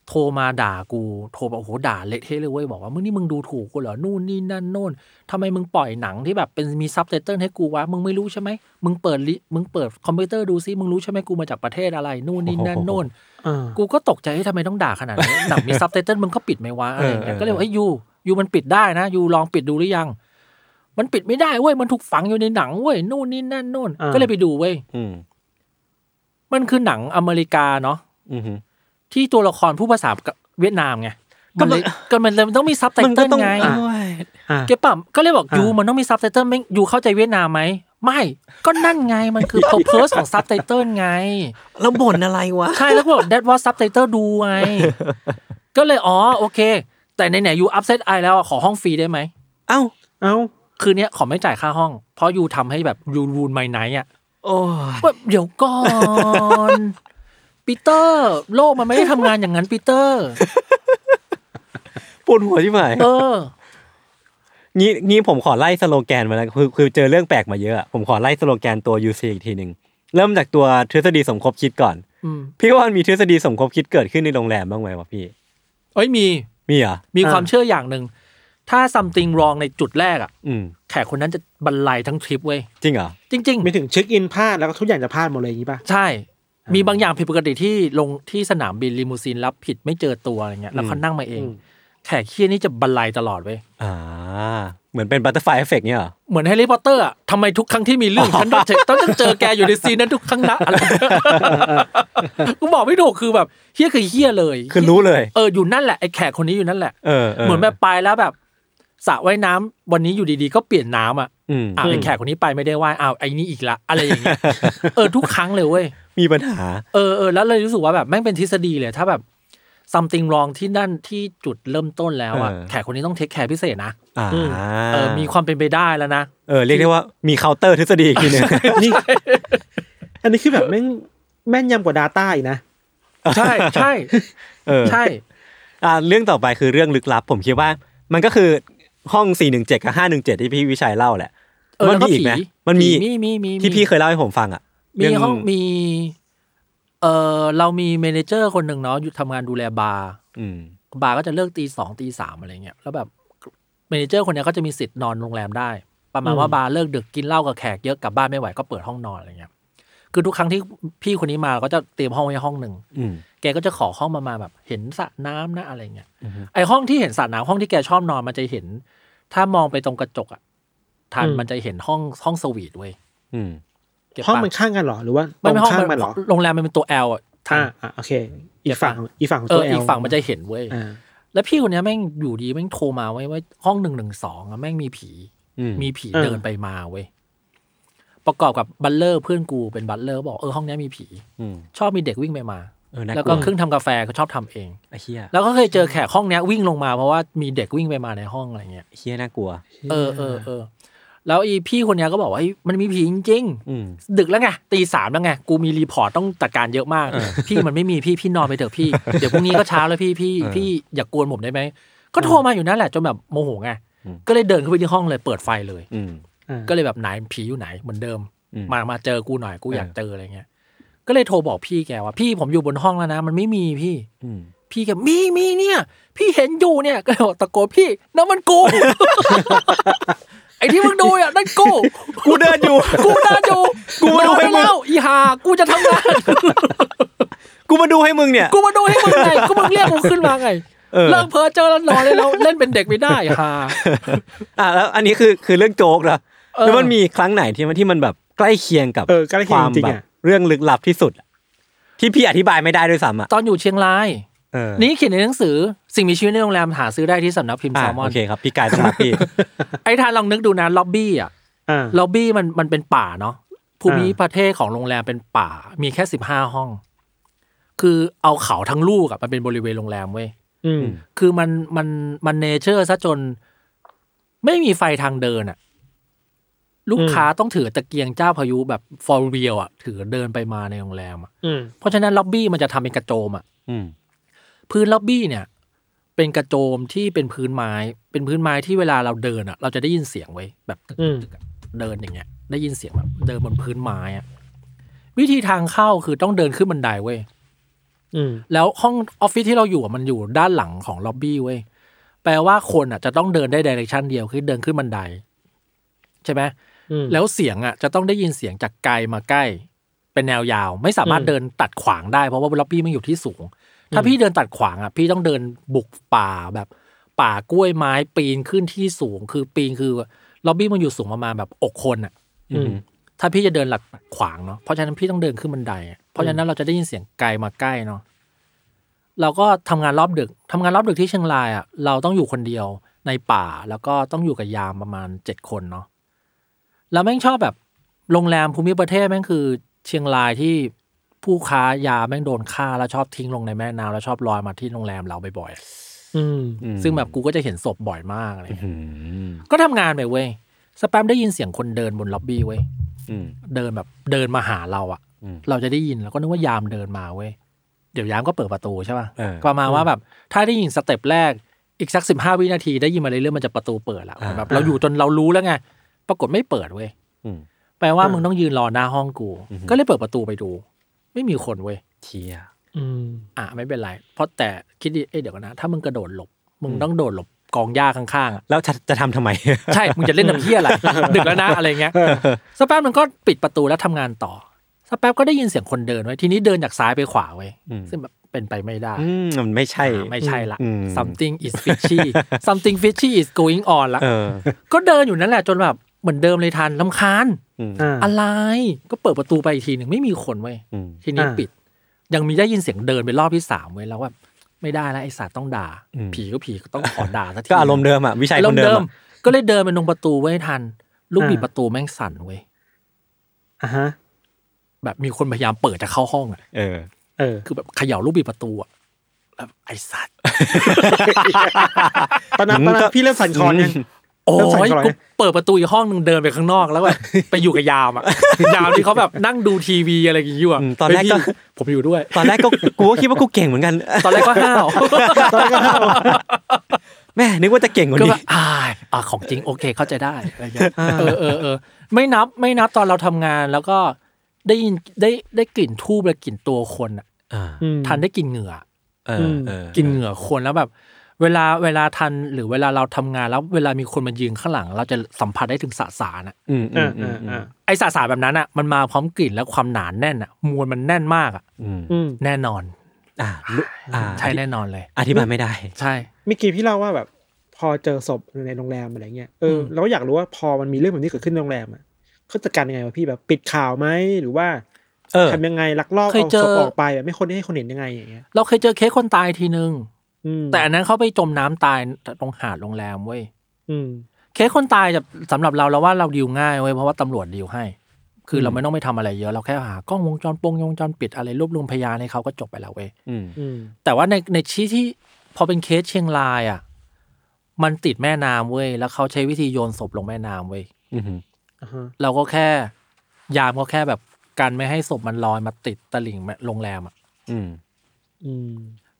C: โทรมาด่ากู โทรแบบโอ้โหด่าเละเทะเลยเว้ย บอกว่ามึงนี่มึงดูถูกกูเหรอ นู่นนี่นั่นโน่นทำไมมึงปล่อยหนังที่แบบเป็นมีซับไตเติลให้กูวะ มึงไม่รู้ใช่ไหม มึงเปิดลิมึงเปิดคอมพิวเตอร์ดูซิ มึงรู้ใช่ไหมกูมาจากประเทศอะไร นู่นนี่นั่นโน่น
B: อ่า
C: กูก็ตกใจที่ทำไมต้องด่าขนาดนี้ หนังมีซับไตเติลมันก็ปิดไหมวะอะไรอย่างเงี้ย ก็เลยว่าไอ้ยยูยูมันปิดได้นะยูลองปิดดูหรือยัง มันปิดไม่ได้เว้ย มันถูกฝังอยู่ในหนังเว้ย นู่นนี่นั่นนู่น
B: อ่า
C: ก็เลยไปดูเว้ย
A: อืม
C: มันคือหนังอเมริกาเนาะ
A: อืม
C: ที่ตัวละครผู้ภาษาเวียดนามไง
A: ก็
C: ก็
A: มั
C: มัน นก็มันเลยต้องมีซับไต
A: มัน
C: เติ
A: ก็
C: ล
A: ต้อง
C: ไง
A: อ่ะ
B: อ่า
C: เก็บปั๊มก็เลยบอก
B: อ่ายู
C: ยูมันต้องมีซับไตเติลไหม่ยูเข้าใจเวียดนามไหม ไม่ ก็นั่นไง มันคือ purpose ของซับไตเติลไง
A: แล้วบ่นอะไรวะ
C: ใช่แล้วก็บอก that was subtitle ดูไง
A: [laughs]
C: ก็เลยอ๋อโอเค แต่ไหนๆยูอัพเซตไอแล้วอะขอห้องฟรีได้ไหม
A: เอ้า
B: เอ้า
C: คืนเนี้ยขอไม่จ่ายค่าห้อง เพราะยูทำให้แบบยูรูนไมไนท์อ่ะ
A: โอ้ย
C: แบบเดี๋ยวก่อนปีเตอร์ โลกมันไม่ได้ทำงานอย่างนั้นปีเตอร์
A: ปวดหัวที่ไหน
C: เออ
A: งี้งี้ผมขอไล่สโลแกนมาแล้วคือคือเจอเรื่องแปลกมาเยอะอะผมขอไล่สโลแกนตัว UC อีกทีหนึ่งเริ่มจากตัวทฤษฎีสมคบคิดก่อน
C: อืม
A: พี่ว่ามันมีทฤษฎีสมคบคิดเกิดขึ้นในโรงแรมบ้างไหมวะพี่
C: เอ้ยมี
A: มีเหรอ
C: มีความเชื่ออย่างหนึ่ง ถ้า something wrong ในจุดแรกอ่ะ
A: อืม
C: แขกคนนั้นจะบรรลัยทั้งทริปเว้ย
A: จริงเหรอ
C: จริง ๆ
B: ไม่ถึงเช็คอินพลาดแล้วก็ทุกอย่างจะพลาดหมดเลยอย่างนี้ปะ
C: ใช่ มีบางอย่างผิดปกติที่ลงที่สนามบินลิมูซีนรับผิดไม่เจอตัวอะไรเงี้ย แล้วเขานั่งมาเอง
B: อืม
C: แขกเคี้ยนี่จะบรรลัยตลอดเว้ย
A: อ่า เหมือนเป็นบัตเตอร์ไฟเอฟเฟกเนี่ยเหรอ
C: เหมือนแฮร์รี่พอตเตอร์อะทำไมทุกครั้งที่มีเรื่องฉันต้องเจอต้องเจอแกอยู่ในซีนนั้นทุกครั้งนะอะไร กูบอกไม่ถูกคือแบบเฮี้ยคือเฮี้ยเลย
A: คือรู้เลย
C: เอออยู่นั่นแหละไอ้แขกคนนี้อยู่นั่นแหละ
A: เออ
C: เหมือนแบบไปแล้วแบบสระว่ายน้ำวันนี้อยู่ดีๆ ก็เปลี่ยนน้ำอ่ะ
A: อืม
C: อ้าวไอ้แขกคนนี้ไปไม่ได้ว่ายอ้าวไอ้นี่อีกละอะไรอย่างเงี้ยเออทุกครั้งเลยเว้ย
A: มีปัญหา
C: เออเออแล้วเลยรู้สึกว่าแบบแม่งเป็นทฤษฎีเลย ถ้าแบบ something wrong ที่นั่นที่จุดเริ่มต้นแล้วอะ
A: เออ
C: แขกคนนี้ต้องเทคแคร์พิเศษนะ
A: อ่า
C: เอ
A: [laughs]
C: อมีความเป็นไปได้แล้วนะ
A: เออเรียกได้ว่ามีเคาน์เตอร์ทฤษฎีอีกทีหนึง
B: นี่ อันนี้คือแบบแม่งแม่นยำกว่า Data อีกนะ
C: ใช่ใช่
A: เออ
C: ใช่
A: อ่าเรื่องต่อไปคือเรื่องลึกลับ ผมคิดว่า มันก็คือห้อง 417 กับ 517 ที่พี่วิชัยเล่าแหละ
C: เออ
A: มั
C: แล้วก็
A: มีอีกไหม
C: ผี
A: มันมี
C: มีมีมี
A: ที่
C: มี
A: พี่เคยเล่าให้ผมฟังอ่ะ
C: มี
A: เรื่
C: ห้องมี เออเรามีเมเนเจอร์คนหนึ่งเนาะอยู่ทำงานดูแลบาร์
A: อืม
C: บาร์ก็จะเลิกตีสองตีสามอะไรเงี้ยแล้วแบบเมเนเจอร์คนเนี้ยก็จะมีสิทธิ์นอนโรงแรมได้ ประมาณ
B: อืม
C: ว่าบาร์เลิกดึกกินเหล้ากับแขกเยอะกลับบ้านไม่ไหวก็เปิดห้องนอนอะไรเงี้ยคือทุกครั้งที่พี่คนนี้มาก็จะเตรียมห้องไว้ห้องหนึ่ง
A: อืม
C: แกก็จะขอห้องมามาแบบเห็นสระน้ำนะอะไรเงี้ย
A: อือฮึ
C: ไอห้องที่เห็นสระน้ำห้องที่แกชอบนอนมันจะเห็น ถ้ามองไปตรงกระจกอะทันมันจะเห็นห้องห้องสวีทเว้ย
A: อืม
C: เก็บ
B: ห้อง
C: ปะ
B: มันข้างกันเหรอ หรือว่าต
C: ไม่
B: รง
C: ไม่ห้อง
B: ข้าง
C: มั
B: มัน
C: น
B: เหรอ
C: โรงแรมมันเป็นตัว L อ่ะ
B: อ่า
C: ทาง
B: อ่ะโอเค อีกฝั่ง
C: เก็บปะ
B: อีกฝั่งของ
C: เอ
B: ตั
C: อ
B: วแอ
C: อี
B: ล
C: กฝั่งมันจะเห็นเว้ย
B: อ่า
C: แล้วพี่คนเนี้ยแม่งอยู่ดีแม่งโทรมาไว้ยว่าห้องหนึ่งหนึ่งสองอะแม่งมีผี
A: อืม
C: มีผี
B: เออ
C: เดินไปมาเว้ย ประกอบกับบัลเลอร์เพื่อนกูเป็นบัลเลอร์บอกเออห้องเนี้ยมีผี
A: อืม
C: ชอบมีเด็กวิ่งไปมา
A: เออน่า
C: แล้ว
A: ก
C: ก็
A: ลัว
C: เครื่องทำกาแฟก็ชอบทำเอง
A: ไอ้เฮีย
C: แล้วก็เคยเจอแขกห้องเนี้ยวิ่งลงมาเพราะว่ามีเด็กวิ่งไปมาในห้องอะไรเงี้ย
A: เฮียน่ากลัว
C: เออเออเออแล้วอีพี่คนเนี้ยก็บอกว่าเฮ้ยมันมีผีจริง ๆ
A: อืม
C: ดึกแล้วไงตีสามแล้วไง กูมีรีพอร์ตต้องจัดการเยอะมาก พี่มันไม่มีพี่พี่นอนไปเถอะพี่ เดี๋ยวพรุ่งนี้ก็เช้าแล้วพี่พี่
A: เออ
C: พี่อย่ากกวนผมได้ไหม ก็โทรมาอยู่นั่นแหละจนแบบโมโหไง
A: อืม
C: ก็เลยเดินเข้าไปที่ห้องเลยเปิดไฟเลย
A: อืม
B: อ่า
C: ก็เลยแบบไหนผีอยู่ไหนเหมือนเดิม
A: อืม
C: มามาเจอกูหน่อยกูอยาก
A: เออ
C: เจออะไรเงี้ย ก็เลยโทรบอกพี่แกว่าพี่ผมอยู่บนห้องแล้วนะ มันไม่มีพี่
A: อืม
C: พี่แกมีมีเนี่ย พี่เห็นอยู่เนี่ยก็เลยบอกตะโกนพี่นั่นมันกู [laughs] ไอ้ที่มึงดูอ่ะนั่นกู
A: กูเดินอยู่
C: กูน่าดู
A: กูมาดูให้มึง
C: แล้วอีหากูจะทำงาน
A: กูมาดูให้มึงเนี่ย
C: กูมาดูให้มึงไงกูมึงเรียกกูขึ้นมาไง
A: เออ
C: เลิกเพ้อเจอแล้วนอนเลยเราเล่นเป็นเด็กไม่ได้ฮา
A: อ่ะแล้วอันนี้คือคือเรื่องโจ๊กเหรอ
C: เออ
A: แล้วมันมีครั้งไหนที่มันที่มันแบบใกล้เคียงกับ
B: เออใกล้เคียงจริง
A: แบบ
B: ๆอ่ะ
A: เรื่องลึกลับที่สุดอะที่พี่อธิบายไม่ได้ด้วยซ้ำอ่ะ
C: ตอนอยู่เชียงราย
A: เออ
C: นี่เขียนในหนังสือ สิ่งมีชีวิตในโรงแรมหาซื้อได้ที่สำนักพิมพ์
A: อ่ะ
C: แซลมอ
A: โอน เคครับ พี่กายต้องรับพี่
C: ไอ้ทานลองนึกดูนะล็อบบี้อ่ะ
B: อ่า
C: ล็อบบี้มันมันเป็นป่าเนาะภูมิประเทศของโรงแรมเป็นป่า มีแค่สิบห้าห้อง คือเอาเขาทั้งลูกอะมันเป็นบริเวณโรงแรมเว้ย
B: อืม
C: คือมันมันมันเนเจอร์ซะจน ไม่มีไฟทางเดินอะลูกค้าต้องถือตะเกียงเจ้าพายุแบบ for real อะถือเดินไปมาในโรงแรมอะ
B: อืม
C: เพราะฉะนั้นล็อบบี้มันจะทำเป็นกระโจมอะ
A: อืม
C: พื้นล็อบบี้เนี่ย เป็นกระโจมที่เป็นพื้นไม้ เป็นพื้นไม้ที่เวลาเราเดินอะเราจะได้ยินเสียงไว้ยแบบตึก
B: อืม
C: ตึกอะเดินอย่างเงี้ย ได้ยินเสียงแบบเดินบนพื้นไม้อะวิธีทางเข้าคือต้องเดินขึ้นบันไดเว้ย
B: อืม
C: แล้วห้องออฟฟิศที่เราอยู่อะมันอยู่ด้านหลังของล็อบบี้เว้ย แปลว่าคนอ่ะจะต้องเดินได้ดิเรกชันเดียวคือเดินขึ้นบันได ใช่ไหม
B: อืม
C: แล้วเสียงอ่ะจะต้องได้ยินเสียงจากไกลมาใกล้ เป็นแนวยาว ไม่สามารถ
B: อืม
C: เดินตัดขวางได้เพราะว่าล็อบบี้มันอยู่ที่สูง ถ้าพี่เดินตัดขวางอ่ะพี่ต้องเดินบุกป่าแบบ ป่ากล้วยไม้ปีนขึ้นที่สูง คือปีนคือล็อบบี้มันอยู่สูงประมาณแบบอกคนอ่ะ
B: อืม
C: ถ้าพี่จะเดินหลักขวางเนาะ เพราะฉะนั้นพี่ต้องเดินขึ้นบันไดอะเพราะฉะนั้นเราจะได้ยินเสียงไกลมาใกล้เนาะ เราก็ทำงานรอบดึกทำงานรอบดึกที่เชียงรายอะ่ะ เราต้องอยู่คนเดียวในป่า แล้วก็ต้องอยู่กับยามประมาณเจ็ดคนเนาะ แล้วแม่งชอบแบบโรงแรมภูมิประเทศแม่งคือเชียงรายที่ผู้ค้ายาแม่งโดนฆ่าแล้วชอบทิ้งลงในแม่น้ำแล้วชอบลอยมาที่โรงแรมเราบ่อย
B: อืม
A: อืม
C: ๆ ซึ่งแบบกูก็จะเห็นศพบ่อยมากอะไร
A: อื
C: เงี้ย
A: ม
C: ก็ทำงานไปเว้ยสแปมได้ยินเสียงคนเดินบนล็อบบี้เว้ย
A: อืม
C: เดินแบบเดินมาหาเราอะ
A: อืม
C: เราจะได้ยินแล้วก็นึกว่ายามเดินมาเว้ยเดี๋ยวยามก็เปิดประตูใช่ป่ะ
A: เออ
C: ประมาณว่าแบบ ถ้าได้ยินสเต็ปแรกอีกสักสิบห้าวินาทีได้ยินมาเรื่อยๆมันจะประตูเปิดละ
A: อ่า
C: แบบเราอยู่จนเรารู้แล้วไงปรากฏไม่เปิดเว้ย
A: อืม
C: แปลว่า
B: อ่ามึ
C: มึงต้องยืนรอหน้าห้องกู
A: อือหือ
C: ก็เลยเปิดประตูไปดู ไม่มีคนเว้ย
A: เชีย
B: อืม
C: อ่ะไม่เป็นไร เพราะแต่คิดดิเอ้ยเดี๋ยวก่อนนะถ้ามึงกระโดดหลบ มึง
A: อืม
C: ต้องโดดหลบกองหญ้าข้างๆอะ
A: แล้วจะจะทำทำไม
C: ใช่ มึงจะเล่นน้ำเที่ยอะไร ดึกแล้วนะอะไรเงี้ยสักแป๊บมันก็ปิดประตูแล้วทำงานต่อสักแป๊บก็ได้ยินเสียงคนเดินไว้ยทีนี้เดินจากซ้ายไปขวาไว้ย
A: อืม
C: ซึ่งแบบเป็นไปไม่ได้
A: อืมมันไม่ใช่
C: อ่าไม่ใช่ละ
A: อืม
C: something is fishy something fishy is going on ละ
A: เออ
C: ก็เดินอยู่นั่นแหละจนแบบเหมือนเดิมเลยทันลำคาญ
A: อืม
B: อ่า
C: อะไรก็เปิดประตูไปอีกทีหนึ่งไม่มีคนเว้ย
A: อืม
C: ทีนี้
B: อ่า
C: ปิด ยังมีได้ยินเสียงเดินไปรอบที่สามเว้ยแล้วแบบไม่ได้แล้วไอ้สัตว์ต้องด่า ผีก็ผีก็ต้องขอด่าสักที
A: ก็อารมณ์เดิมอ่ะวิชัย
C: อาร
A: คน
C: มณ์
A: เดิ
C: เดิ
A: ม
C: ม
A: อะ
C: ก็เลยเดินไปตรงประตูไว้ให้ทัน ลูก
B: อ่า
C: บิดประตูแม่งสั่นเว้ย
B: อ่ะฮะ
C: แบบมีคนพยายามเปิดจะเข้าห้องอ่ะ
A: เออ
B: เออ
C: คือแบบเขย่าลูกบิดประตูอ่ะแบบไอ้สัตว์
B: ตอนนั้น
A: อืม
B: ตอนนั้
A: ก็
B: นพี่เริ่มสั่นคลอนยัง
C: โอ้
B: เริ่มใส่
C: ย
B: ก่อนเลย
C: กูเปิดประตูอีกห้องหนึงเดินไปข้างนอกแล้
A: [laughs]
C: วแบบ ไปอยู่กับยามอ่ะ ยามที่เขาแบบนั่งดูทีวีอะไรอย่างงี้อยู่อ่ะ
A: อืมตอนแรกก็
C: เฮ้ยพี่ผมอยู่ด้วย
A: ตอนแรกก็ [laughs] กูก็คิดว่ากูเก่งเหมือน [laughs] กัน
C: ตอนแรกก็ห้าว
A: แม่นึกว่าจะเก่งกว่า
C: ก็แบ
A: นี้
C: บอ่าอ่าของจริงโอเคเข้าใจได้อะไรอย่างเงี้ยเออเออเออไม่นับไม่นับตอนเราทำงานแล้วก็ได้ยินได้ได้กลิ่นทูบและกลิ่นตัวคนอ่ะ
A: อ่า
B: อืม
C: ทันได้กลิ่นเหงื่อ
A: เออเออ
C: กินเหงื่อคนแล้วแบบ เวลาเวลาทันหรือเวลาเราทำงานแล้วเวลามีคนมายืนข้างหลัง เราจะสัมผัสได้ถึงสสารน่ะ
A: อืมอื
B: อ่าม
A: อื
B: อ่าม อ่า
C: ไอสสารแบบนั้นอ่ะมันมาพร้อมกลิ่นและความหนานแน่นอ่ะมวลมันแน่นมากอ่ะ
A: อืม
B: อืม
C: แน่นอน
A: อ่าลุอ่า
C: ใช่แน่นอนเลย
A: อธิบายไม่ได้
C: ใช่
B: เมื่อกี้พี่เล่าว่าแบบ พอเจอศพในโรงแรมอะไรเงี้ยเออ
C: ม
B: เราก็อยากรู้ว่าพอมันมีเรื่องแบบนี้เกิดขึ้นในโรงแรมอะเขาจัดการยังไงวะพี่แบบปิดข่าวไหมหรือว่า
A: เออ
B: ทำยังไงลักลอบ
C: เคย
B: เอา
C: เจอ
B: ศพออกไปแบบไม่คนให้คนเห็นยังไงอย่างเงี้ย
C: เราเคยเจอเคสคนตายทีนึง
B: อืม
C: แต่อันนั้นเขาไปจมน้ำตายตรงหาดโรงแรมเว้ย
B: อืม
C: เคสคนตายจะสำหรับเราเราว่าเราดีลง่ายเว้ยเพราะว่าตำรวจดีลให้ คืออ
A: ม
C: เราไม่ต้องไปทำอะไรเยอะเราแค่หากล้องวงจรปงวงจรปิดอะไรรวบรวมพยานให้เขาก็จบไปแล้วเว้ย
A: อืม
B: อืม
C: แต่ว่าในในชี้ที่พอเป็นเคสเชียงรายอ่ะ มันติดแม่น้ำเว้ย แล้วเขาใช้วิธีโยนศพลงแม่น้ำเว้ย
A: อืม
B: อ่าฮะ
C: เราก็แค่ ยามก็แค่แบบกันไม่ให้ศพมันลอยมาติดตะลิ่งแม่โรงแรมอ่ะ
A: อืม
B: อืม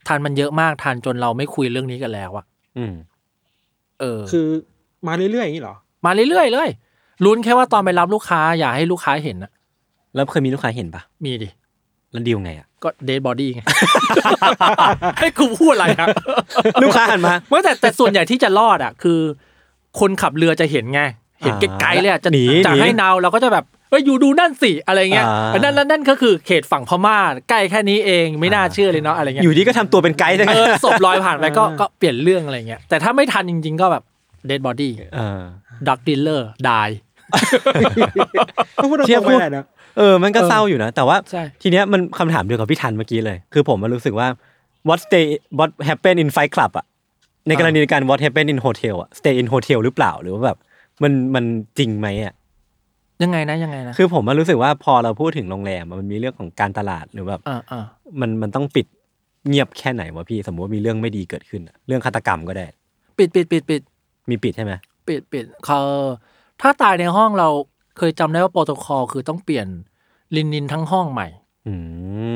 C: ทานมันเยอะมากทานจนเราไม่คุยเรื่องนี้กันแล้วอ่ะ
A: อืม
C: เออ
B: คือมาเรื่อยๆอย่าง
C: [laughs]
B: นี้เหรอ
C: มาเรื่อยๆเลยลุ้นแค่ว่าตอนไปรับลูกค้า อย่าให้ลูกค้าเห็นนะ
A: แล้วเคยมีลูกค้าเห็นปะ
C: มีดิ
A: แล้วดีลไงอ่ะ
C: ก็เดดบอดี้
B: [laughs]
C: ไง ให้กูพูดอะไรครับ
A: ลูกค้าหันมา
C: เมื่อแต่แต่ส่วนใหญ่ที่จะรอดอ่ะ คือ คนขับเรือจะเห็นไง เห็น
A: อ่า
C: ไกลๆเลยอะจะ
A: หนี
C: จะ
A: หนี
C: ให้นาวเราก็จะแบบเอ้ยอยู่ดูนั่นสิอะไรเงี้ย
A: อ่า
C: แต่นั่นนั่นนั่นก็คือเขตฝั่งพม่าใกล้แค่นี้เองไม่น่าเชื่อเลยเนาะอะไรเงี้
A: อย ยู่ดีก็ทำตัวเป็นไกด์ได้ไง
C: เออศพลอยผ่านไปก็
B: อ่า
C: ก็เปลี่ยนเรื่องอะไรเงี้ยแต่ถ้าไม่ทันจริง ๆ ก็แบบเดดบอดี้
A: เออ
C: ดักดิลเลอร์ดาย
B: ก็พูดตร
A: เชี่ย
B: งๆ
A: พูด
B: ไปแหละนะ
A: เออ มันก็เศร้าอยู่นะ แต่ว่า
C: ใช่
A: ทีเนี้ยมันคำถามเดียวกับพี่ทันเมื่อกี้เลย คือผมมันรู้สึกว่า what stay what happen in fight club อะในกรณีการ what happen in hotel อะ stay in hotel หรือเปล่าหรือว่าแบบ มันมันจริงไหมอะ
C: ยังไงนะยังไงนะ
A: คือผมมันรู้สึกว่าพอเราพูดถึงโรงแรมอะมันมีเรื่องของการตลาดหรือแบบ
C: อ่าอ่า
A: มันมันต้องปิดเงียบแค่ไหนวะพี่ สมมติว่ามีเรื่องไม่ดีเกิดขึ้นอะเรื่องฆาตกรรมก็ได้
C: ปิดปิดปิดปิด
A: มีปิดใช่ไหม
C: ปิดปิดเขาถ้าตายในห้องเราเคยจำได้ว่าโปรโตคอลคือต้องเปลี่ยนลินนินทั้งห้องใหม่
A: อื